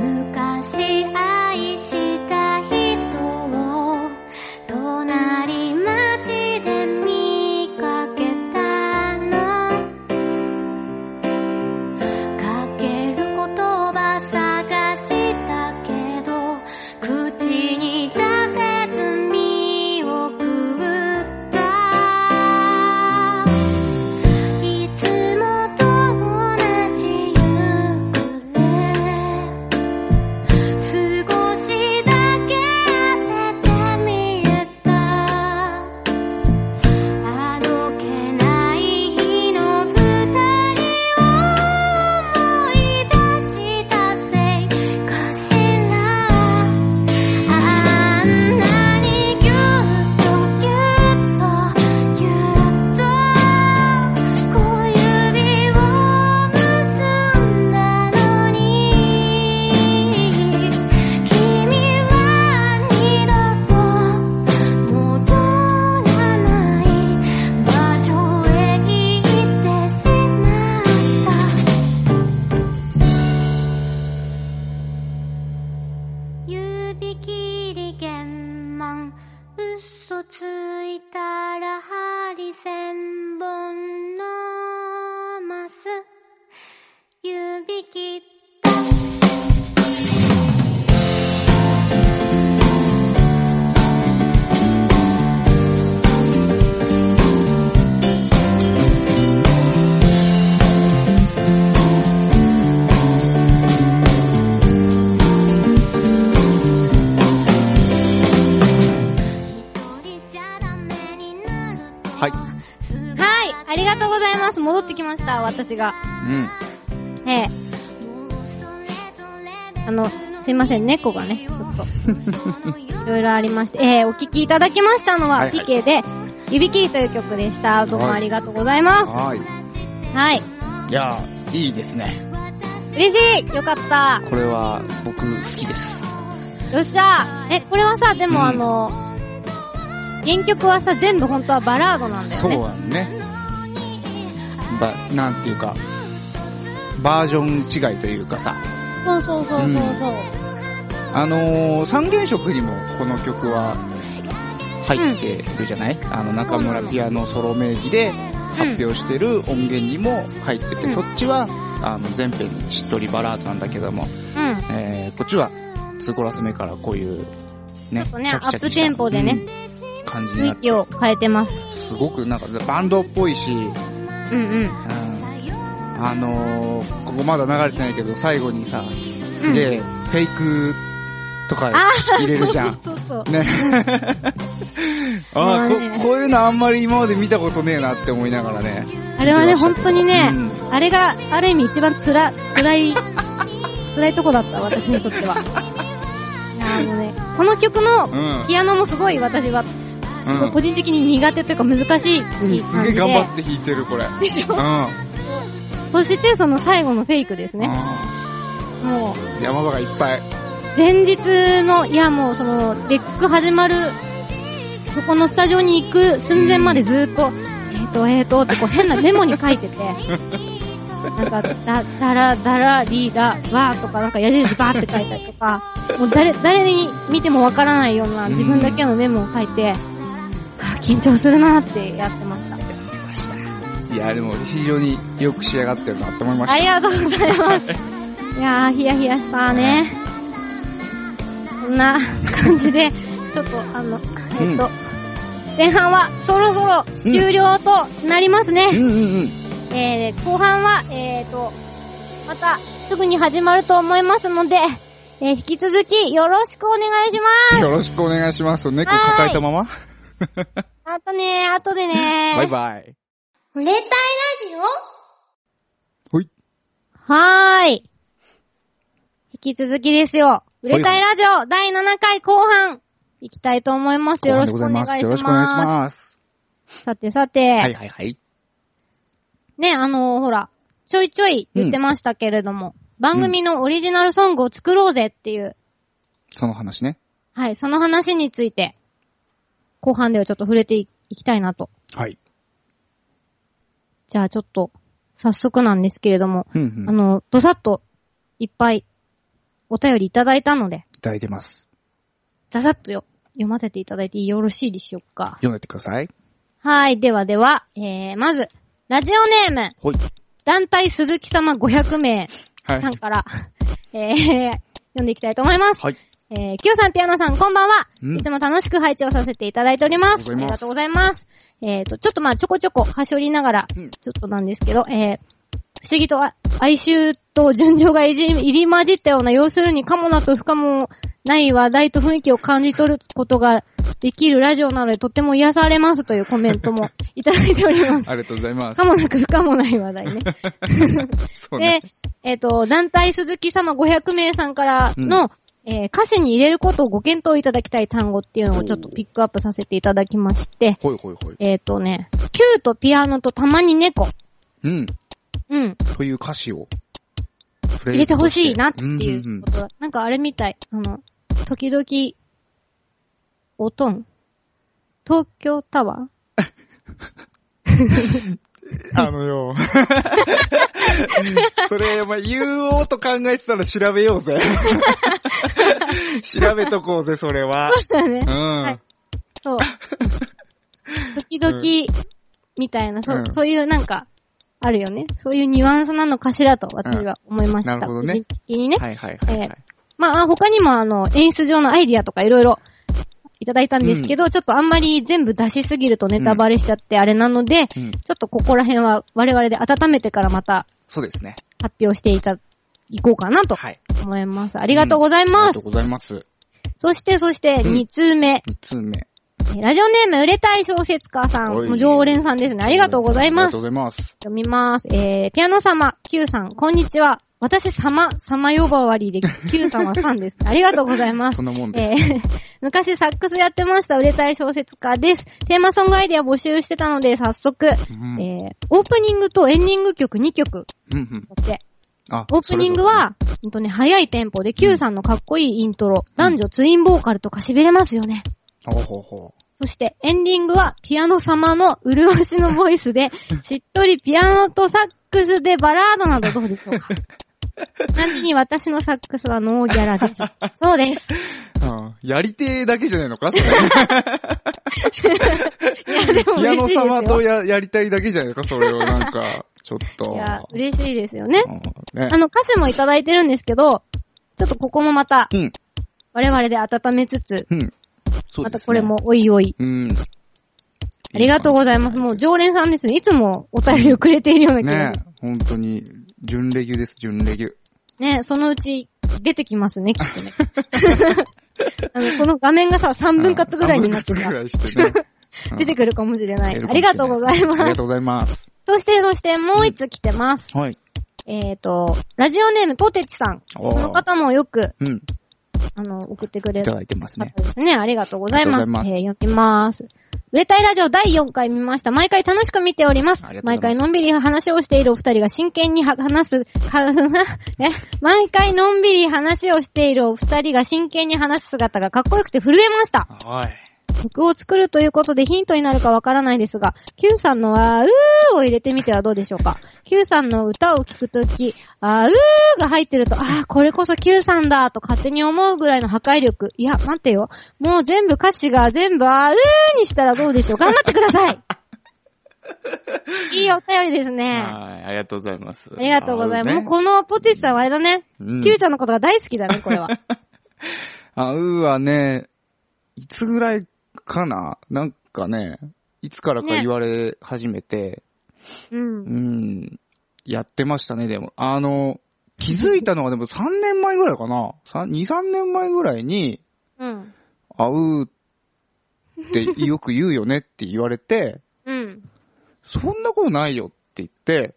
S3: 昔愛した人を隣町で見かけたのかける言葉探したけど口に出せず見送ったいつもと同じ夕暮れ「少しだけ焦って見えた」「あどけない日の二人を思い出したせいかしら」「あんなにぎゅっとぎゅっとぎゅっと」「小指を結んだのに」「君は二度と戻らない場所へ行ってしまった」「指切り弦満」嘘ついたら針千本のマス指切っりじゃダメになると
S1: はい。
S2: はい、ありがとうございます。戻ってきました、私が。
S1: うん。
S2: ええあの、すいません、猫がね、ちょっ
S3: <laughs>
S2: と、いろいろありまして、ええお聞きいただきましたの
S1: は
S2: は、
S1: いはい
S2: PK で、指切りという曲でした。どうもありがとうございます。
S1: はい。
S2: はい。
S1: いやー、いいですね。
S2: 嬉しいよかった
S1: これは、僕、好きです。
S2: よっしゃえ、これはさ、で
S1: うん
S2: もあの、原曲はさ、全部本当はバラードなんだよ
S1: そう
S2: ね。
S1: だね。ば、なんていうか、バージョン違いというかさ、
S2: そうそうそうそうそう。
S1: あのー、三原色にもこの曲は入ってるじゃない、あの中村ピアノソロ名義で発表してる音源にも入ってて、
S2: うん
S1: そっちはあの前編にしっとりバラードなんだけども、
S2: うん。
S1: えー、こっちは2コラス目からこういうね、
S2: ちょっとね
S1: チャキチャキした
S2: アップテンポでね、
S1: うん感じに
S2: 雰
S1: な
S2: 囲
S1: って、
S2: 気を変えてます。
S1: すごくなんかバンドっぽいし、うん、
S2: うんうん。
S1: あのー、ここまだ流れてないけど最後にさ、すげえフェイクとか入れるじゃん。
S2: そうそうそう。
S1: ね。あ
S2: まあ
S1: あ、
S2: ね
S1: こ、こういうのあんまり今まで見たことねえなって思いながらね。
S2: あれはね、本当にね、
S1: う
S2: あれが、ある意味一番つら、辛
S1: <laughs>
S2: い、辛いとこだった、私にとっては。いや、あのね、この曲の
S1: うん。
S2: ピアノもすごい私は、
S1: うん。
S2: 個人的に苦手というか難しい感じで。
S1: すげえ頑張って弾いてる、これ。
S2: でしょ
S1: う
S2: そしてその最後のフェイクです
S1: ん。
S2: ね。もう、
S1: うん山場がいっぱい。
S2: 前日の、いやもうその、デック始まる、そこのスタジオに行く寸前までずーっと、えーと、えーと、ってこう変なメモに書いてて、 <laughs> なんか、だ、だら、だら、リーダー、わーとかなんか矢印バーって書いたりとか、もう誰、誰に見てもわからないような自分だけのメモを書いて、あー緊張するなーってやってました。
S1: いや、でも非常によく仕上がってるなって思いま
S2: あ
S1: し
S2: りがとうございます。いやー、ヒヤヒヤしたね。こんな感じで、ちょっとあの、えっと、前半はそろそろ終了となりま
S1: た。
S2: す
S1: う
S2: ね。
S1: んうんうん。
S2: えー、後半は、えっ、ー、と、またすぐに始まると思いますので、えー引き続きよろしくお願いします。
S1: よろしくお願いします。猫抱えたまま
S2: あとね、あとでね。
S1: バイバイ。
S3: お霊体ラジオ
S1: ほい。
S2: はーい。引き続きですよ。売れたいラジオ第7回後半、行きたいと思います。よろしくお願いします。
S1: よろしくお願いします。
S2: さてさて、
S1: はいはいはい。
S2: ね、あのーほら、ちょいちょい言ってましたけれども、番組のオリジナルソングを作ろうぜっていう、
S1: その話ね。
S2: はい、その話について、後半ではちょっと触れていいきたいなと。
S1: はい。
S2: じゃあちょっと、早速なんですけれども、
S1: うんう
S2: あ
S1: ん。い
S2: の、どさっと、いっぱい、お便りいただいたので、
S1: ただいてます。
S2: ざざっとよ、読ませていただいてよろしいでしょうか。
S1: 読んでってください。
S2: はい、ではでは、えー、まず、ラジオネーム、
S1: ほい。
S2: 団体鈴木様500名
S1: はい
S2: さんから、えー、読んでいきたいと思います。
S1: はい。
S2: えー、Q さん、ピアノさん、こんばんは。
S1: うん
S2: いつも楽しく配置をさせていただいております。
S1: あ
S2: あ
S1: り
S2: り
S1: が
S2: が
S1: と
S2: とうございます。えっ、と、ちょっとまあ、ちょこちょこ、はしょりながら、ち
S1: うん
S2: ょっとなんですけど、えー、不思議とあ哀愁と順情がいじ入り混じったような、要するにかもなと不可もない話題と雰囲気を感じ取ることができるラジオなので、とっても癒されますというコメントもいただいております。 <laughs>
S1: ありがとうございます
S2: か。もなく不可もない話題ね。
S1: そう
S2: で
S1: ね。、
S2: えっ、と、団体鈴木様500名さんから
S1: う
S2: の、えー歌詞に入れることをご検討いただきたい単語っていうのをちょっとピックアップさせていただきまして、
S1: ほいほいほい。
S2: えっ、とね、キューとピアノとたまに猫。
S1: うん。
S2: うん。
S1: という歌詞を。入
S2: 入れてほしいなってい
S1: んん
S2: うことだ。なんかあれみたい。あの、時々、おとん。東京タワー
S1: うんあのよ。それ、お前言おうと考えてたら調べよう
S2: <laughs>
S1: ぜ。調べとこうぜ、それは。
S2: そう <laughs> だね
S1: う。
S2: はい
S1: ん。、
S2: そう。時々、みたいな、そううんそういうなんか、あるよね。そういうニュアンスなのかしらと、私は思いました。
S1: うんなるほどね
S2: 個人的にね。
S1: はいはいはいはい。
S2: まあ、他にもあの、演出上のアイディアとかいろいろいただいたんですけど、ちょっとあんまり全部出しすぎるとネタバレしちゃってあれなので、ち
S1: うん。
S2: ょっとここら辺は我々で温めてからまた
S1: そうですね。
S2: 発表していた、いこうかなと
S1: はい。
S2: 思います。ありがとうござい
S1: あり
S2: ま
S1: が
S2: す
S1: とう。ございます。
S2: そして、そして、
S1: うん
S2: 2通目。
S1: 三つ目。
S2: えラジオネーム、売れたい小説家さん。
S1: おい
S2: もう常連さんですね。ありがとうござい
S1: あり
S2: ま
S1: がと
S2: す
S1: う。ございます。
S2: 読みます。えー、ピアノ様、Q さん、こんにちは。私様、様呼ばわりで、Q さんはさんです。
S1: <laughs>
S2: ありがとうございます
S1: そん。なもんです。
S2: えー、昔サックスやってました、売れたい小説家です。テーマソングアイデア募集してたので、早速、
S1: うん
S2: えー、オープニングとエンディング曲2曲
S1: うんうん
S2: だって。
S1: あ
S2: オープニングは、ほんとね、早いテンポで Q さんのかっこいいイントロ、男女ツインボーカルとか痺れますよね。
S1: それぞれほうほうほ
S2: そしてエンディングはピアノ様の潤しのボイ
S1: <laughs>
S2: スで、しっとりピアノとサックスでバラードなどどうでしょ
S1: <laughs>
S2: うか。ちなみに私のサックスはノーギャ
S1: <laughs>
S2: ラです。そうです。
S1: う。うんやりてえだけじゃないの
S2: <laughs>
S1: か
S2: いや、でも
S1: ピアノ
S2: 嬉しいです
S1: 様と
S2: よ。
S1: や、やりたいだけじゃないのかそれをなん
S2: <laughs>
S1: か、ちょっと。
S2: いや、嬉しいですよね。
S1: うんね
S2: あの、歌詞もいただいてるんですけど、ちょっとここもまた
S1: うん。
S2: 我々で温めつつ、
S1: うん。そうですね
S2: またこれも。おいおい。
S1: うん。
S2: ありがとうございます。もう常連さんですね。いつもお便りをくれているような気がし
S1: ね
S2: ます。
S1: え、本当に、準レギュです、準レギュ。
S2: ね、そのうち出てきますね、きっとね。 <laughs> あの、この画面がさ、3分割ぐらいになって
S1: あ
S2: さ
S1: 分割ぐらいしてね。
S2: <laughs> 出て
S1: る。
S2: くるかもしれない。
S1: 出る
S2: あ
S1: かもしれ
S2: り
S1: な
S2: がとうござい
S1: あり
S2: ま
S1: が
S2: す
S1: と。うございます。
S2: そして、そして、もう一つ来てます。
S1: はい。
S2: えっ、と、ラジオネーム、ポテチさん。
S1: おー
S2: この方もよく、
S1: うん。
S2: あの、送ってくれ
S1: い
S2: る
S1: ただいてますね。
S2: 方ですね。ありがとうございま
S1: あり
S2: す。
S1: がとうござ
S2: えー読みます。売れたいラジオ第4回見ました。毎回楽しく見ております
S1: ありがと。うございま
S2: 毎
S1: す
S2: 回のんびり話をしているお二人が真剣には話す、か <laughs> え、毎回のんびり話をしているお二人が真剣に話す姿がかっこよくて震えました。
S1: はい。
S2: 曲を作るということでヒントになるかわからないですが、Q さんのあーうーを入れてみてはどうでしょうか。Q さんの歌を聞くとき、あーうーが入ってると、あーこれこそ Q さんだと勝手に思うぐらいの破壊力。いや、待ってよ。もう全部歌詞が全部あーうーにしたらどうでしょう。頑張ってく
S1: <laughs>
S2: ださいいいお便りですね。あ
S1: はい、ありがとうございます。
S2: りがとうございます。もう
S1: こ
S2: このポテチさんはあれだね。
S1: うん
S2: Q さんのことが大好きだね、こ
S1: <laughs>
S2: れは。
S1: あうーはね、いつぐらいかななんかね、いつからか
S2: ね
S1: 言われ始めて、
S2: うん
S1: う。ん、やってましたね、でも。あの、気づいたのはでも3年前ぐらいかな。3 2、3年前ぐらいに、
S2: うん。
S1: 会うってよく言うよねって言われて、
S2: うん。
S1: そんなことないよって言
S2: <laughs>
S1: って、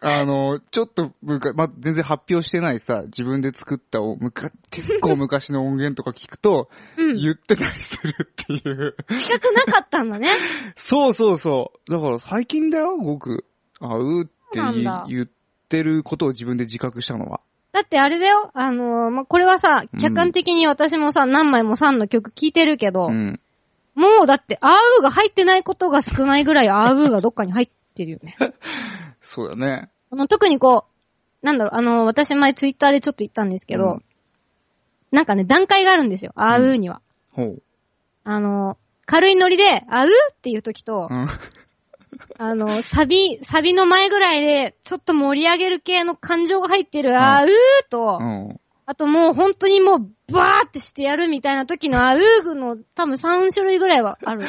S1: あの、ちょっとむか、まあ、全然発表してないさ、自分で作ったおむ
S2: <laughs>
S1: か、結構昔の音源とか聞くと、
S2: うん。
S1: 言ってたりするっていう。
S2: 近くなかったんだね。
S1: そうそうそう。だから最近だよ、僕。会うって
S2: そうなん
S1: い
S2: だ
S1: 言ってることを自分で自覚したのは。
S2: だってあれだよ、あのーま、これはさ、客観的に私もさ、何枚もさんの曲聴いてるけど、
S1: うん。
S2: もうだって、アウーが入ってないことが少ない
S1: <laughs>
S2: ぐらいアウーがどっかに入ってるよね。
S1: そうだね。
S2: あの、特にこう、なんだろう、あのー私前ツイッターでちょっと言ったんですけど、
S1: うん
S2: なんかね、段階があるんですよ、アウーには。
S1: ほう。
S2: あのー軽いノリで、アウーっていう時と、
S1: うん。
S2: あの、サビ、サビの前ぐらいで、ちょっと盛り上げる系の感情が入ってる、あうーと、
S1: うん。
S2: あともう本当にもう、バーってしてやるみたいな時の、あうーの、多分3種類ぐらいはある。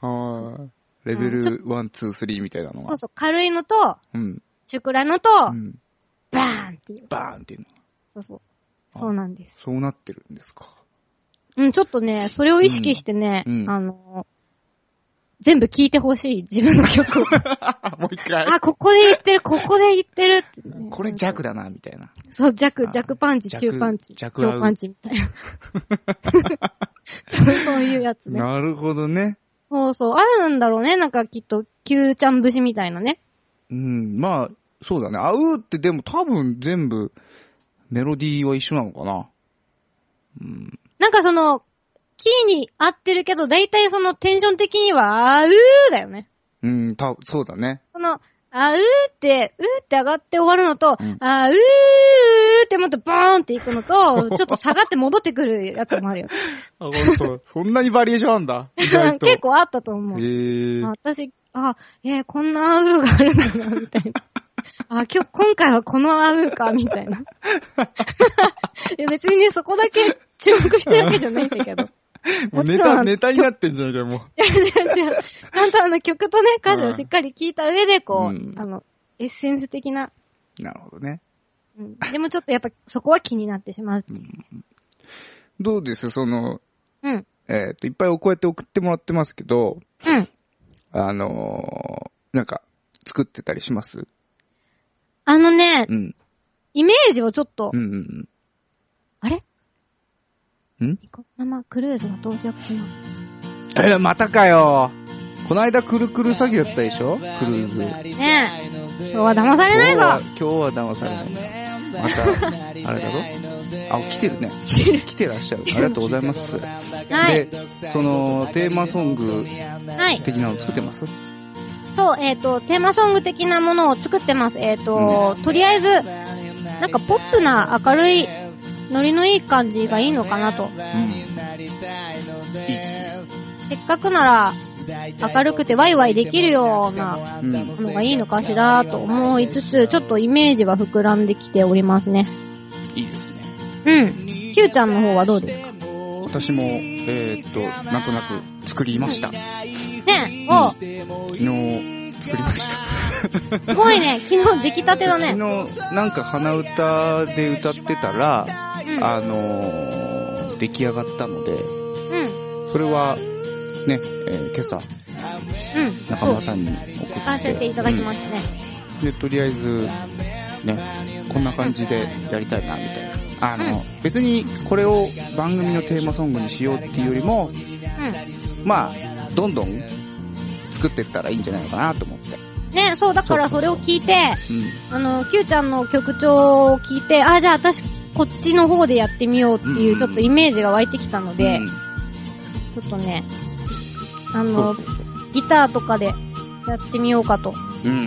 S1: あーレベル
S2: うんちょ
S1: 1、2、3みたいなの
S2: そ
S1: が
S2: う。そう、軽いのと、
S1: うん。
S2: シュクラのと、
S1: うん。
S2: バーンっていう。
S1: バーンっていうの。
S2: そうそう。
S1: あ
S2: そうなんです。
S1: そうなってるんです
S2: <laughs>
S1: か。
S2: うん、ちょっとね、それを意識してね、
S1: うんうん
S2: あの、全部聞いてほしい、自分の
S1: <laughs>
S2: 曲を。
S1: もう一回。
S2: あ、ここで言ってる、ここで言ってるって、ね。
S1: これ弱だな、みたいな。
S2: そう、弱、
S1: あ
S2: 弱パンチ、
S1: 弱
S2: 中パンチ、
S1: 弱合う
S2: 上パンチみたい
S1: <laughs>
S2: な。そうそういうやつね。
S1: なるほどね。
S2: そうそう。あるんだろうね。なんかきっと、Q ちゃん節みたいなね。
S1: うん、まあ、そうだね。あうーってでも多分全部、メロディーは一緒なのかな。うん。
S2: なんかその、キーに合ってるけど、だいたいそのテンション的には、あうーだよね。
S1: うん、た、そうだね。
S2: その、あうーって、うーって上がって終わるのと、
S1: うん
S2: あうーってもっとボーンっていくの
S1: <laughs>
S2: と、ちょっと下がって戻ってくるやつもあるよ。
S1: あ、本当。そんなにバリエーションあんだ。 <laughs> 意外と。
S2: <laughs> 結構あったと思う。
S1: へえ
S2: あ私、あ、えーこんなアウーがあるんだな、みたいな。あ、今日、今回はこのアウーか、みた
S1: <laughs>
S2: いな。いや、別にね、そこだけ注目してるわけじゃないんだけど。い
S1: もう
S2: も
S1: ネ
S2: ちろん
S1: タ、ネタになってんじゃないかよ、も
S2: や、 <laughs> 違う違う。ちゃんとあの曲とね、歌詞をしっかり聞いた上で、こう、
S1: うん
S2: あの、エッセンス的な、
S1: う。なるほどね。
S2: うんでもちょっとやっぱそこは気になってしまうっていう。
S1: どうですその、
S2: うん。
S1: えっ、と、いっぱいこうやって送ってもらってますけど、
S2: うん。
S1: あのー、なんか、作ってたりします
S2: あのね、
S1: うん。
S2: イメージをちょっと、
S1: うんうん
S2: あれ
S1: うん。ん
S2: ニコ生クルーズが到着します。
S1: えーまたかよ。この間くるくる詐欺だったでしょクルーズ。
S2: ねえ。今日は騙されない
S1: 今日は
S2: ぞ
S1: 今日は騙されない。また、あれだろあ、来てる
S2: <laughs>
S1: ね。来てらっしゃる。ありがとうございます。
S2: はい。
S1: で、その、テーマソング
S2: はい。
S1: 的なの作ってます
S2: そう、えっ、と、テーマソング的なものを作ってます。えっ、と、とりあえず、なんかポップな明るい、ノリのいい感じがいいのかなと。
S1: うん。いいですね。
S2: せっかくなら、明るくてワイワイできるような
S1: うん。
S2: ものがいいのかしらと思いつつ、ちょっとイメージは膨らんできておりますね。
S1: いいですね。
S2: うん。キューちゃんの方はどうですか
S1: 私も、えーっと、なんとなく作りました。
S2: ねおす
S1: 昨日、作りました。
S2: ごいね。 <laughs> 昨日出来たてだね。うん。
S1: 昨日、なんか鼻歌で歌ってたら、あのー、出来上がったので、
S2: うん。うん。
S1: それは、ね、えー今朝、中
S2: そう
S1: 村。さんに送って。
S2: 聞かせていただきましたね。
S1: うんで、とりあえず、ね、こんな感じでやりたいな、みたいな。あの、別にこれを番組のテーマソングにしようっていうよりも、
S2: うん。
S1: まあ、どんどん作ってったらいいんじゃないのかなと思って。
S2: ね、そう、だからそれを聞いて、
S1: う
S2: あの、Q ちゃんの曲調を聞いて、あ、じゃあ私、こっちの方でやってみようって
S1: う
S2: い
S1: ん
S2: う、ちょっとイメージが湧いてきたの
S1: ん。
S2: で、
S1: うん
S2: ちょっとね、あ
S1: そ
S2: の
S1: う、そうそう
S2: ギターとかでやってみようかと。
S1: うん。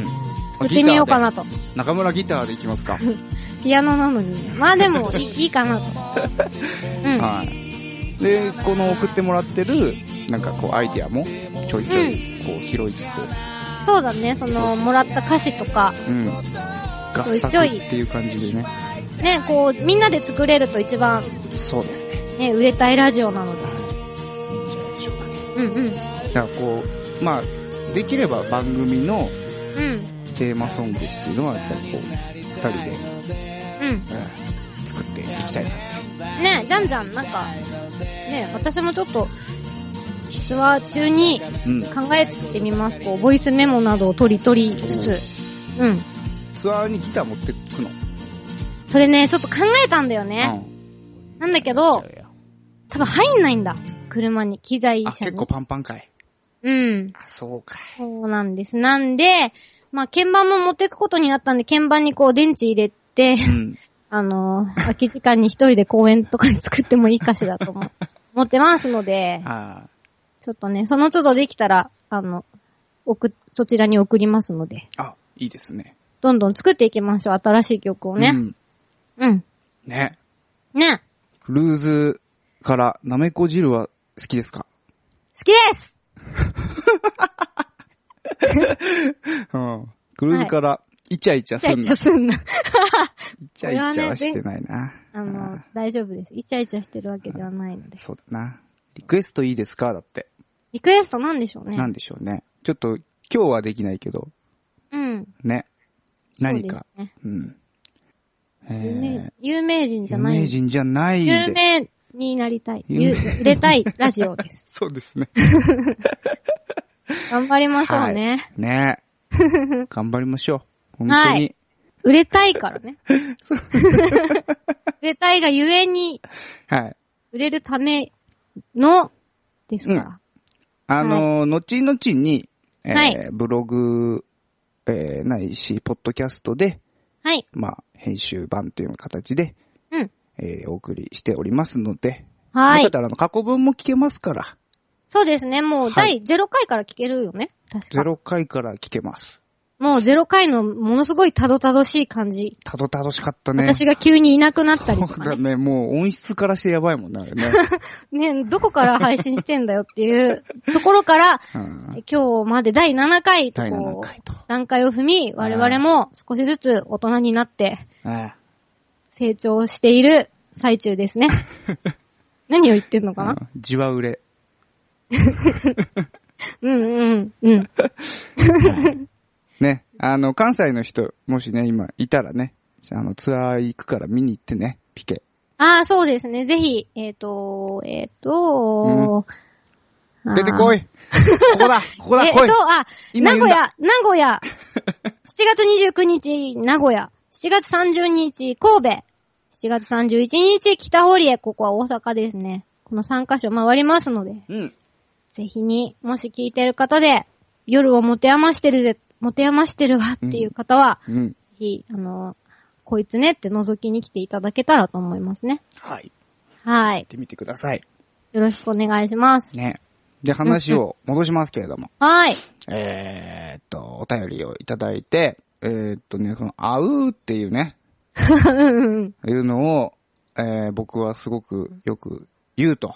S2: やってみようか
S1: ギター
S2: なと。
S1: で。中村ギターでいきますか。
S2: ピアノなのにね。まあでも、いいいかな <laughs> と。うん。うん。
S1: はい。で、この送ってもらってる、なんかこうアイディアも、ちょいちょい、こう拾いつ
S2: そうだね、その、もらった歌詞とか、
S1: つ、うん。合作っていう感じでね。
S2: ね、こう、みんなで作れると一番、
S1: そうですね。
S2: ね、売れたいラジオなので。
S1: いいんじゃないでしょうかね。
S2: うんうん。
S1: だからこう、まあ、できれば番組の
S2: うん。
S1: テーマソングっていうのは、やっぱりこう、二人で
S2: うん。
S1: うん作っていきたいなって。
S2: ねえ、じゃんじゃん、なんか、ねえ、私もちょっと、ツアー中に
S1: うん。
S2: 考えてみます。こう、ボイスメモなどを取り取りつつ。うん。
S1: ツアーにギター持ってくの。
S2: それね、ちょっと考えたんだよね。
S1: うん
S2: なんだけど、多分入んないんだ。車に、機材
S1: あ、
S2: 車
S1: 結
S2: に
S1: 構。パンパンかい。
S2: うん。
S1: あ、そうかい。
S2: そうなんです。なんで、まあ、鍵盤も持っていくことになったんで、鍵盤にこう、電池入れて、
S1: うん。
S2: あのー、空き時間に一人で公園とかで作ってもいいかし
S1: <laughs>
S2: らと思う思ってますので、
S1: あ
S2: ちょっとね、その都度できたら、あの、送、そちらに送りますので、
S1: ーあ、いいですね。
S2: どんどん作っていきましょう、新しい曲を
S1: う
S2: ね。
S1: ん
S2: うん。
S1: ね。
S2: ね。
S1: クルーズから、なめこ汁は好きですか
S2: 好きです
S1: うん。クルーズから、イチャイチャ
S2: イ
S1: す
S2: チャ
S1: ん
S2: イチ
S1: な。イ
S2: ャすんな。
S1: チャイチャはしてないな。
S2: あ
S1: う
S2: の
S1: ん、
S2: 大丈夫です。イチャイチャしてるわけではないので。
S1: そうだな。リクエストいいですかだって。
S2: リクエストなんでしょうね。
S1: なんでしょうね。ちょっと、今日はできないけど、
S2: うん。
S1: ね。何
S2: そう
S1: か。
S2: ですね
S1: うん。
S2: 有名
S1: え
S2: 有名人
S1: ー、
S2: じゃ
S1: 有
S2: ない。
S1: 名人じゃないで
S2: 有
S1: す。
S2: 名になりたい。ゆ
S1: 有名
S2: 売れたいラジオです。
S1: そうですね。
S2: 頑張りましょうね。
S1: はい。ね
S2: <laughs>
S1: 頑張りましょう。本当に。
S2: はい売れたいから
S1: <laughs>
S2: ね。 <laughs> 売れたいがゆえに、
S1: はい
S2: 売れるための、ですから。
S1: あのー後々に、えー
S2: はい
S1: ブログ、えーないし、ポッドキャストで、
S2: はい。
S1: まあ、編集版という形で、
S2: うん。
S1: えーお送りしておりますので、
S2: は
S1: よか
S2: い
S1: っ。たらあの過去分も聞けますから、
S2: そうですね。もう
S1: は
S2: 第
S1: い
S2: 0回から聞けるよね。確か。
S1: 0回から聞けます。
S2: もう0回のものすごいたどたどしい感じ。
S1: たどたどしかったね。
S2: 私が急にいなくなったりと
S1: そう
S2: か
S1: だ
S2: ね。
S1: ね、もう音質からしてやばいもんねあれ
S2: <laughs>
S1: ね。
S2: ね、どこから配信してんだよっていうところから、
S1: うん
S2: 今日まで第7回と
S1: 第7
S2: こ
S1: 回
S2: う、
S1: と。
S2: 段階を踏み、我々も少しずつ大人になって、
S1: え
S2: 成長している最中ですね。
S1: <laughs>
S2: 何を言ってんの
S1: え
S2: かな、
S1: うんじわ売れ。
S2: うん、うんうんうん。
S1: ね、あの、関西の人、もしね、今、いたらね、あの、ツアー行くから見に行ってね、ピケ。
S2: ああ、そうですね。ぜひ、えっ、と、えっ、と、あー
S1: 出てこいここだここだ
S2: えっ
S1: 来い
S2: と、あ、
S1: 今
S2: 名
S1: 言う
S2: 古
S1: ん
S2: 屋
S1: だ、
S2: 名古屋。7月29日、名古屋。7月30日、神戸。7月31日、北堀江。ここは大阪ですね。この3カ所回りますので、
S1: うん。
S2: ぜひに、もし聞いてる方で、夜を持て余してるぜ、持て余してるわっていう方は、
S1: うん。
S2: ぜひ、あの、こいつねって覗きに来ていただけたらと思いますね。
S1: はい。行っ
S2: はい。
S1: てみてください。
S2: よろしくお願いします。
S1: ね。で、話を戻しますけれども。
S2: はい。
S1: えーっと、お便りをいただいて、えーっとね、その、あうーっていうね、
S2: うん。
S1: いうのを、えー僕はすごくよく言うと。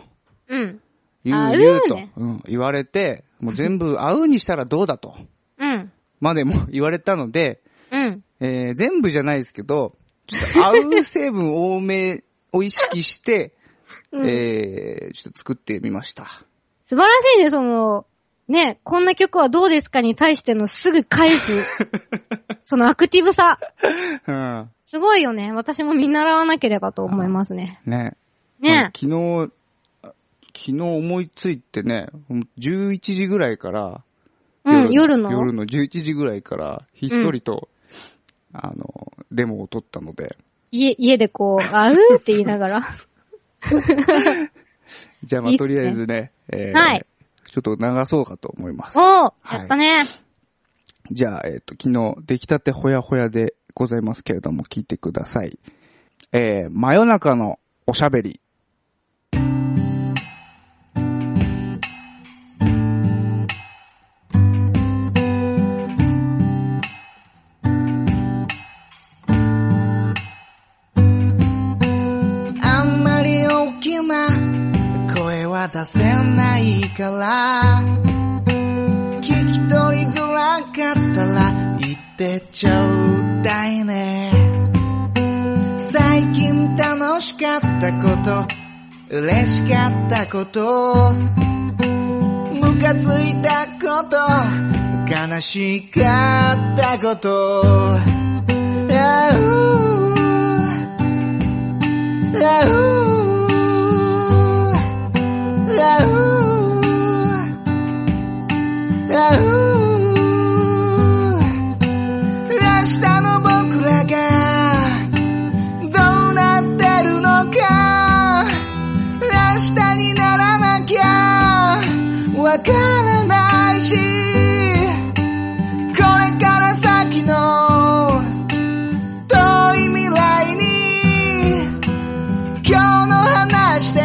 S2: うん。
S1: 言
S2: あ
S1: う、
S2: うー
S1: 言うと
S2: ね。
S1: うん。言われて、もう全部、あうにしたらどうだと。
S2: うん。
S1: までも言われたので、
S2: うん。
S1: えー全部じゃないですけど、ちょっと合う成分多めを意識して、
S2: <laughs> うん
S1: えーちょっと作ってみました。
S2: 素晴らしいね、その、ね、こんな曲はどうですかに対してのすぐ返
S1: <laughs>
S2: す、そのアクティブさ。
S1: うん。
S2: すごいよね。私も見習わなければと思いますね。
S1: ね。
S2: ね。
S1: 昨日、あ昨日思いついてね、11時ぐらいから、
S2: うん、夜の。
S1: 夜の11時ぐらいから、ひっそりと、あの、デモを撮ったので、
S2: 家、家でこう、あうーって言いながら。
S1: じゃあまあ
S2: いいっす
S1: と
S2: ね
S1: りあえずね、 <laughs> えー
S2: はい
S1: ちょっと流そうかと思います。
S2: おー、
S1: はい
S2: やったね。
S1: じゃあ、えっ、と、昨日出来たてほやほやでございますけれども、聞いてください。えー、真夜中のおしゃべり。
S4: あんまり大きな声は出せないから聞き取りづらかったら言ってちょうだいね最近楽しかったこと嬉しかったことムカついたこと悲しかったことあうラウーラウーラウー明日の僕らがどうなってるのか明日にならなきゃわからないしこれから先の遠い未来に今日の話で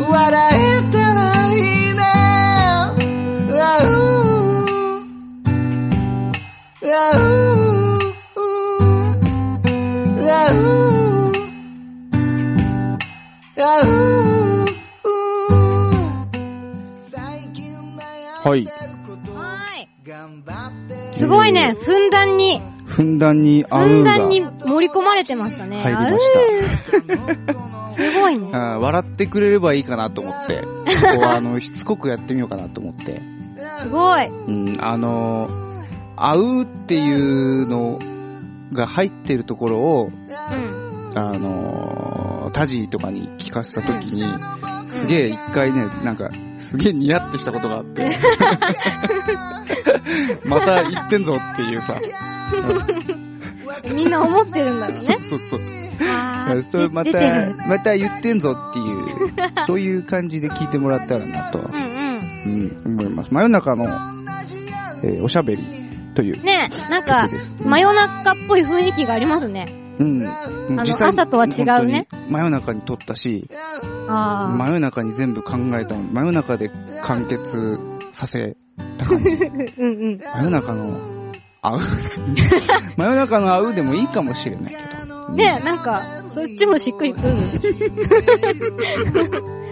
S4: 笑えたらいいねあうあうあうあう最近悩んでることを
S2: はい。
S4: 頑張って
S2: すごいね、ふんだんに、
S1: ふんだんにあ
S2: ふ
S1: うんんが
S2: だんに盛り込まれてましたね。
S1: 入りました
S2: あうーすごいね。
S1: うん笑ってくれればいいかなと思って、ここはあの、しつこくやってみようかなと思って。
S2: すごい。
S1: うん、あの、あうっていうのが入ってるところを、
S2: うん。
S1: あの、タジーとかに聞かせたときに、すげえ一回ね、なんか、すげえニヤってしたことがあって、
S2: <laughs>
S1: また言ってんぞっていうさ、
S2: みんな思ってるん <laughs> だろうね。
S1: そうそう。
S2: あー
S1: それま
S2: 出て
S1: た
S2: る。、
S1: また言ってんぞっていう、そういう感じで聞いてもらったらなと、
S2: うん
S1: うん、思います。真夜中の、えーおしゃべりという
S2: うん。、ねえ、なんか
S1: 曲です、
S2: 真夜中っぽい雰囲気がありますね。
S1: うん。
S2: の
S1: 実際に
S2: 朝とは違うね。
S1: 本当に真夜中に撮ったし、真
S2: あ
S1: 夜中に全部考えたの。真夜中で完結させた感じ。
S2: あ。うんうん。
S1: 真夜中の、あう。 <laughs> 真夜中のあうでもいいかもしれないけど。
S2: ねえ、なんか、そっちもしっくりく <laughs> る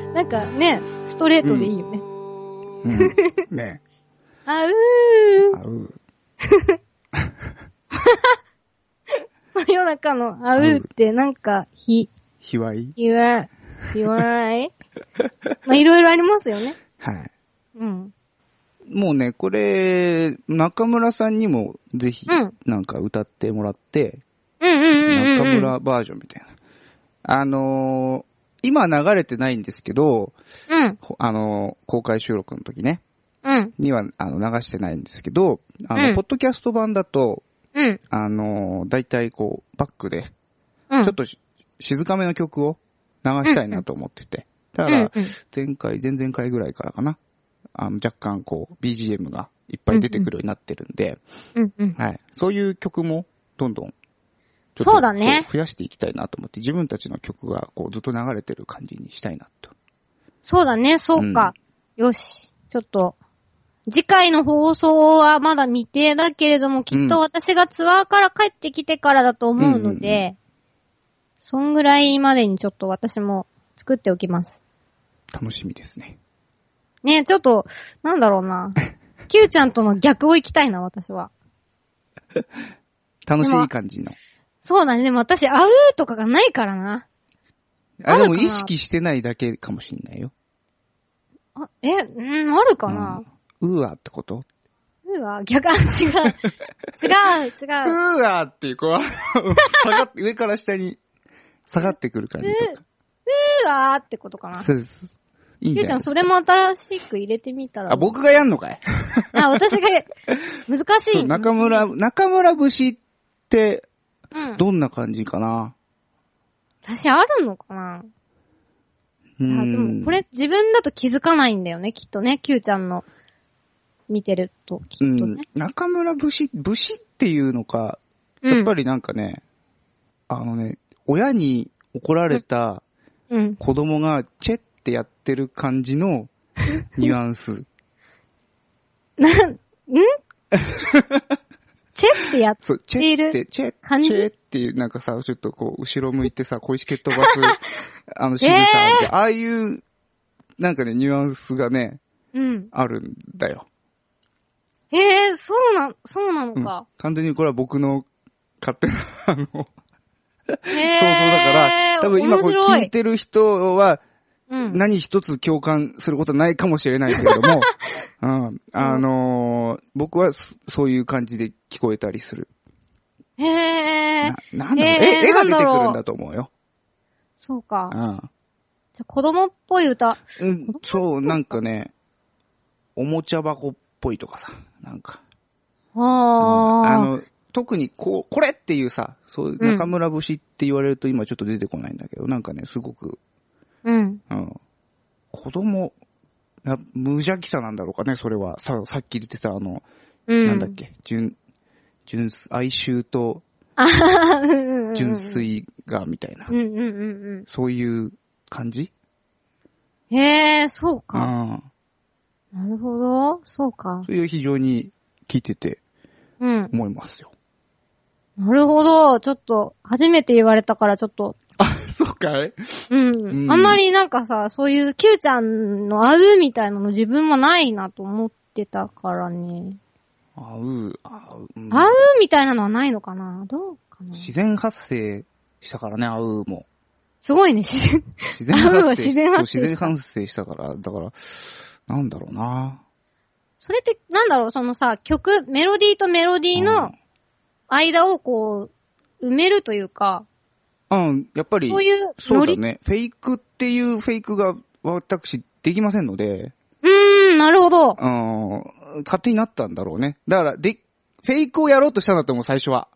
S2: の。なんかね、ストレートでいいよね。
S1: うん。ね
S2: あう
S1: え
S2: ー。
S1: あう。
S2: 真夜中のあうーってなんか、ひ、
S1: 卑猥
S2: ひわ、ひわい。まあ、いろいろありますよね。
S1: はい。
S2: うん。
S1: もうね、これ、中村さんにもぜひ
S2: うん、
S1: なんか歌ってもらって、
S2: うんうんうんうん。
S1: 中村バージョンみたいな。あのー今流れてないんですけど、
S2: うん。
S1: ほあの、公開収録の時ね、
S2: うん。
S1: には、あの、流してないんですけど、あの、
S2: うん
S1: ポッドキャスト版だと、
S2: うん。
S1: あの、大体こう、バックで、
S2: うん。
S1: ちょっとし静かめの曲を流したいなと思ってて。だから、
S2: うんうん
S1: 前回、前々回ぐらいからかな。あの、若干こう、BGM がいっぱい出てくるようになってるんで、
S2: うんうん。
S1: はい。そういう曲も、どんどん、ちょっと
S2: そうだね
S1: そう増やしていきたいなと思って、自分たちの曲がこう、ずっと流れてる感じにしたいなと。
S2: そうだね、そうか。よし。ちょっと。次回の放送はまだ未定だけれども、きっと私がツアーから帰ってきてからだと思うの
S1: うんうん
S2: で、そんぐらいまでにちょっと私も作っておきます。
S1: 楽しみですね。
S2: ねえ、ちょっと、なんだろう <laughs> な。Q ちゃんとの逆を行きたいな、私は。
S1: 楽しい感じの。
S2: そうだね、でも私、あうーとかがないからな。
S1: あ、
S2: あ
S1: で
S2: るかな
S1: も意識してないだけかもしんないよ。
S2: あえ、うん、あるか
S1: う
S2: な、
S1: んうわってこと
S2: うわ、逆、あ違う。違う、
S1: う
S2: 違う。
S1: ーわっていう、こう、 <laughs> あの下がって、上から下に下がってくる感じと
S2: うわーってことかな
S1: か。。そうです。いいんじ
S2: ゆ
S1: ゃ
S2: うち
S1: な
S2: ゃ
S1: い
S2: ん、それも新しく入れてみたら。
S1: あ、僕がやんのかい
S2: あ、私が、難しいね。
S1: 中村、中村節って
S2: うん。
S1: どんな感じかな
S2: 私あるのかな
S1: う
S2: あ、で
S1: ん。
S2: も、これ自分だと気づかないんだよね、きっとね、きゅうちゃんの、見てると、きっ
S1: う
S2: と
S1: ん
S2: ね。。
S1: 中村節、節っていうのか、やっぱ
S2: り。
S1: りなんかね、あのね、親に怒られた
S2: うん。
S1: 子供がチェってやってる感じのニュアンス。
S2: なん、んチェってやっ
S1: そう、チ
S2: てい
S1: ェ
S2: る
S1: って、チェ、チ
S2: 感じ
S1: ェっていう、なんかさ、ちょっとこう、後ろ向いてさ、小石蹴っ飛
S2: <laughs>
S1: ばす、あの、仕草で、ああいう、なんかね、ニュアンスがね、
S2: うん。
S1: あるんだよ。
S2: へえ、そうな、そうなの
S1: うん
S2: か。。
S1: 完全にこれは僕の勝手な、 <laughs> あの、想
S2: へ
S1: 像だから
S2: え、、
S1: 多分今これ
S2: 面白
S1: 聞いてる人は、
S2: うん。
S1: 何一つ共感することないかもしれないけれど
S2: <laughs>
S1: も、うん、あのー僕はそそういう感じで聞こえたりする。
S2: へえ
S1: な、、なんだろう、
S2: えー
S1: 絵絵が出
S2: なん
S1: て
S2: だろう
S1: くるんだと思うよ。
S2: そう
S1: うん
S2: か。じゃあ子供っぽい歌。
S1: うん、
S2: <laughs>
S1: そう、なんかね、おもちゃ箱っぽいとかさ、なんか。
S2: あ
S1: あ
S2: あ、
S1: の、特にこう、これっていうさ、そういう中村節って言われると今ちょっと出てこないんだけど、なんかね、すごく、
S2: うん。
S1: うん。子供、な無邪気さなんだろうかね、それは。さ、さっき言ってたあの、
S2: うん。
S1: なんだっけ、純、純粋、哀愁と純粋が、みたいな、
S2: うんうんうん
S1: そういう感じ
S2: うん。へえ、そうか。
S1: ああ
S2: なるほど。そうか。
S1: そういう非常に聞いてて
S2: うん。
S1: 思いますよ。
S2: なるほど。ちょっと、初めて言われたからちょっと、
S1: あ、そうかい
S2: うん。
S1: うん
S2: あんまりなんかさ、そういう Q ちゃんのあうみたいなの自分はないなと思ってたからね。
S1: あう、あう、うん
S2: あうみたいなのはないのかなどうかな
S1: 自然発生したからね、あうも。
S2: すごいね、 <laughs> 自然。
S1: 自然
S2: あうは
S1: 発生
S2: 自然発
S1: そ
S2: 生
S1: う自然発生したから、だから、なんだろうな。
S2: それって、なんだろう、そのさ、曲、メロディーとメロディーの間をこう、埋めるというか、
S1: うん、うんやっぱり、
S2: そういう
S1: そ
S2: ノ
S1: うだ
S2: リ。
S1: ね。フェイクっていうフェイクが私できませんので、
S2: うーん、なるほど。
S1: うん、勝手になったんだろうね。だから、で、フェイクをやろうとしたんだと思う、最初は。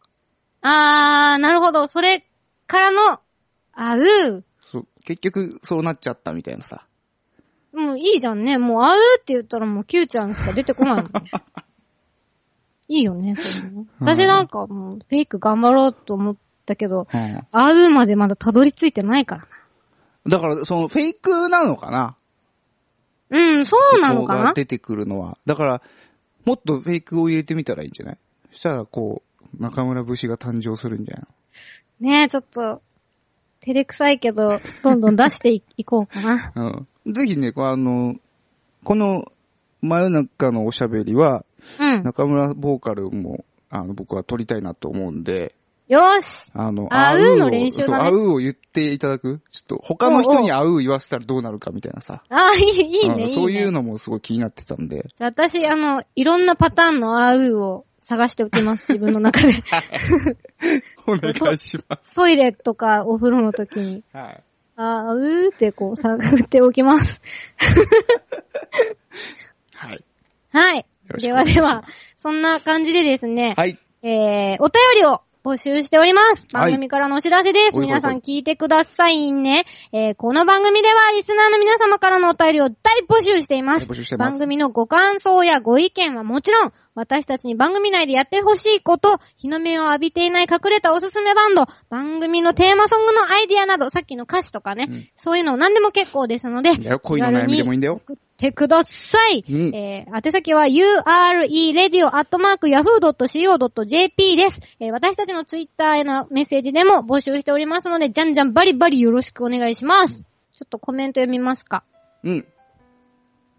S2: あー、なるほど。それからの、あう。
S1: そう結局、そうなっちゃったみたいなさ。
S2: もういいじゃんね。もう、あうって言ったらもう、キューちゃんしか出て
S1: <laughs>
S2: こないもんね。いいよね、そういうのね。私なんかもう、フェイク頑張ろうと思ったけど、
S1: うん
S2: あうまでまだたどり着いてないから
S1: だから、その、フェイクなのかな
S2: な。うん、そうなのか
S1: そこが
S2: な
S1: 出てくるのは。だから、もっとフェイクを入れてみたらいいんじゃないそしたら、こう、中村節が誕生するんじゃない
S2: ねえ、ちょっと、照れくさいけど、どんどん出していいこうかな。
S1: のうん。ぜひね、こうあの、この、真夜中のおしゃべりは、
S2: うん。
S1: 中村ボーカルも、あの、僕は撮りたいなと思うんで、
S2: よーし
S1: あの、
S2: あう
S1: を
S2: の練習だね
S1: そう、あうを言っていただくちょっと、他の人にあうを言わせたらどうなるかみたいなさ。
S2: あー、いい、いいね、
S1: う
S2: いいね。
S1: んそういうのもすごい気になってたんで。
S2: じゃあ私、あの、いろんなパターンのあうを探してお
S1: <laughs>
S2: きます、自分の中で。
S1: お願いしま
S2: トイレとかお風呂の時に、
S1: す。はい。
S2: あうーってこう探っておきます。
S1: はい。
S2: はい。
S1: よろしく
S2: で
S1: お願
S2: はい
S1: します
S2: では、そんな感じでですね、
S1: はい。
S2: えー、お便りを募集しております。
S1: はい
S2: 番組からのお知らせです。
S1: おいおいおい
S2: 皆さん聞いてくださいね。えー、この番組ではリスナーの皆様からのお便りを大募集しています。
S1: 大募集してます
S2: 番組のご感想やご意見はもちろん、私たちに番組内でやってほしいこと、日の目を浴びていない隠れたおすすめバンド、番組のテーマソングのアイディアなど、さっきの歌詞とかね、
S1: うん
S2: そういうの何でも結構ですので、
S1: いいんだよ恋の悩みでもいいんだよ。
S2: 送ってください。
S1: うん
S2: えー宛先は ureradio.yahoo.co.jp です。えー私たちのツイッターへのメッセージでも募集しておりますので、じゃんじゃんバリバリよろしくお願いします。ちょっとコメント読みますか。
S1: うん。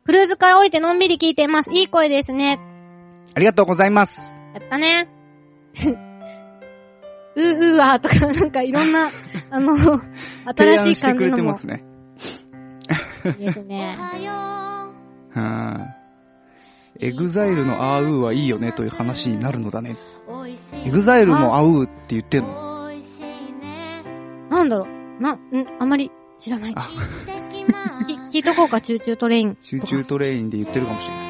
S2: クルーズから降りてのんびり聞いています。いい声ですね。
S1: ありがとうございます。
S2: やったね。 <laughs> うーうーわーとか、なんかいろ
S1: <laughs>
S2: んな、あの、
S1: 提
S2: 新
S1: 案
S2: しい
S1: して
S2: 感
S1: く
S2: じ
S1: れ
S2: の
S1: てま
S2: も
S1: すね。
S2: いいです
S3: お
S2: ね。
S3: はよう
S1: うん。エグザイルのアーウーはいいよねという話になるのだね。
S3: おいしい
S1: エグザイルもアウーって言ってんの
S3: おいしいね
S2: なんだろう。な、ん、あまり知らない。
S1: あ、
S3: 素敵な
S2: き聞いとこうか、チューチュートレイン。
S1: 集中トレインで言ってるかもしれない。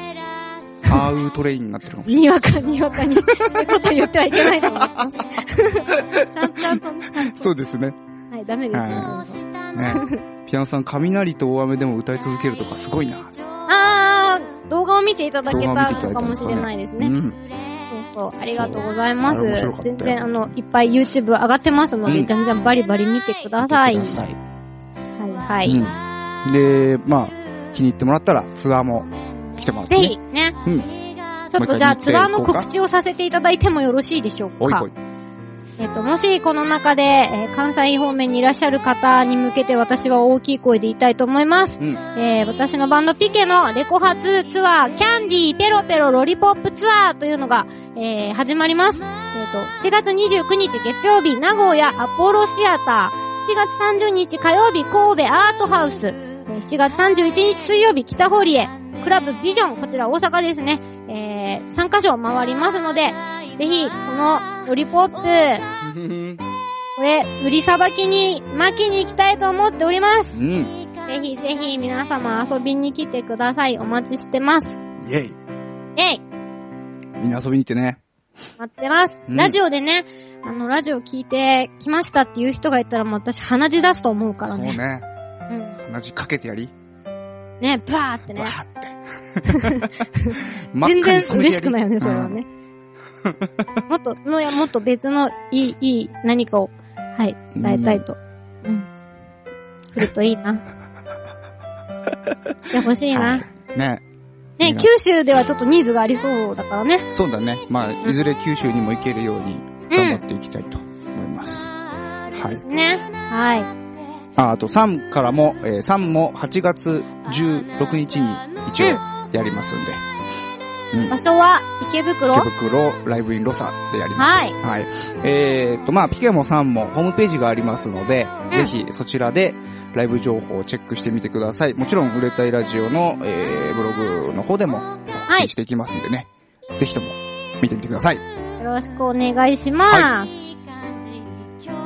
S1: <laughs>
S3: い
S1: アーウートレインになってるかもしれない。
S2: にわかにわかに、ってこと言ってはいけないと思います。ちゃんちゃんと、ちゃんと。
S1: そうですね。
S2: はい、ダメですよ。
S1: は
S2: そういうの
S1: ね。
S2: <laughs>
S1: ピアノさん、雷と大雨でも歌い続けるとかすごいな。
S2: あー、動画を見ていただけた
S1: 動画を見ていただいたん
S2: のかも
S1: です
S2: し
S1: かね
S2: れないです
S1: う
S2: ね。
S1: ん。
S2: そうそう、ありがとうございます
S1: あれ面白か。ったよ
S2: 全然、あの、いっぱい YouTube 上がってますの
S1: う
S2: で、
S1: ん
S2: じゃんじゃんバリバリ見てください。
S1: 見
S2: は
S1: てください
S2: いは
S1: うん。
S2: い。
S1: で、まあ、気に入ってもらったらツアーも来てもらって、
S2: ぜ
S1: ね。
S2: ひ、ね。
S1: うん。
S2: ちょっとじゃあ、ツアーの告
S1: もう一回見ていこうか
S2: 知をさせていただいてもよろしいでしょうか。
S1: おいおい。
S2: えっと、もしこの中で、えー関西方面にいらっしゃる方に向けて私は大きい声で言いたいと思います。
S1: うん。
S2: えー私のバンドピケのレコ発ツアー、キャンディーペロペロロリポップツアーというのが、えー始まります。えっ、と、7月29日月曜日、名古屋アポロシアター、7月30日火曜日、神戸アートハウス、えー7月31日水曜日、北堀江、クラブビジョン、こちら大阪ですね。え3カ所回りますので、ぜひ、このロリポップ、
S1: うん
S2: ここれ、売りさばきに、巻きに行きたいと思っております。
S1: うん。
S2: ぜひぜひ皆様遊びに来てください。お待ちしてます。
S1: イェイ。
S2: えい
S1: みんな遊びに行ってね。
S2: 待ってます。
S1: うん
S2: ラジオでね、あの、ラジオ聞いてきましたっていう人がいたらもう私鼻血出すと思うから
S1: もう
S2: ね。
S1: ね、
S2: うん。
S1: 同じかけてやり。
S2: ね、バーって
S1: わ
S2: ね。
S1: ーって。
S2: <laughs> 全然嬉しくないよね、それは
S1: ね
S2: ね。もっと、もういやもっと別のいい、いい何かを、はい、伝えたいと。うん。来るといい <laughs> な。来てほしいな。
S1: ねいい
S2: ね、
S1: な
S2: 九州ではちょっとニーズがありそうだからね。
S1: そうだね。まあ、いずれ九州にも行けるように頑張っていきたいと思います。はい。
S2: ね。はい。
S1: あ、あと3からも、えー3も8月16日に一応
S2: うん
S1: やりますんで。うん
S2: 場。所は池袋
S1: 池袋ライブインロサでやります。
S2: はい。
S1: はい。えー、と、まあ、ピケもさんもホームページがありますので、
S2: ん
S1: ぜひそちらでライブ情報をチェックしてみてください。もちろん、売れたいラジオの、えー、ブログの方でも告
S2: はい
S1: 知していきますんでね。ぜひとも見てみてください。
S2: よろしくお願いします。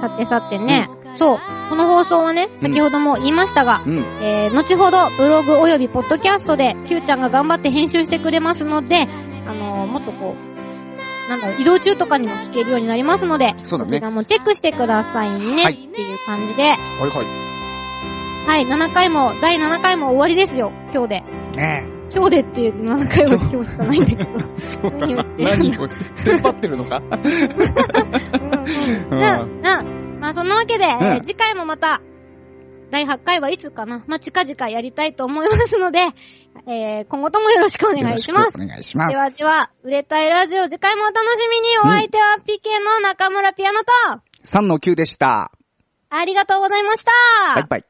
S2: さてさてね、そう、この放送はね、先ほども言いましたが、
S1: うん。
S2: えー、後ほどブログおよびポッドキャストで、Q ちゃんが頑張って編集してくれますので、あのーもっとこう、なんだろう、移動中とかにも聞けるようになりますので、
S1: そうだ
S2: こち
S1: ね。
S2: らもチェックしてくださいね、
S1: はい
S2: っていう感じで、
S1: はいはい。
S2: はい、7回も、第7回も終わりですよ、今日で。
S1: ね
S2: <laughs> 今日でっていう7回は今日しかないんだけど。
S1: え。そう
S2: だな
S1: 何これ、 <laughs> テンパってるのかう。
S2: うんん、うん。まあそんなわけで、えー
S1: うん
S2: 次回もまた、第8回はいつかなまあ近々やりたいと思いますので、えー、今後ともよろしくお願いしま
S1: よ
S2: す
S1: ろ。くお願いしま。
S2: ですはでは、売れたいラジオ次回もお楽しみに、お相手は PK の中村ピアノと、
S1: 3の9でした。
S2: ありがとうございました、
S1: バイバイ。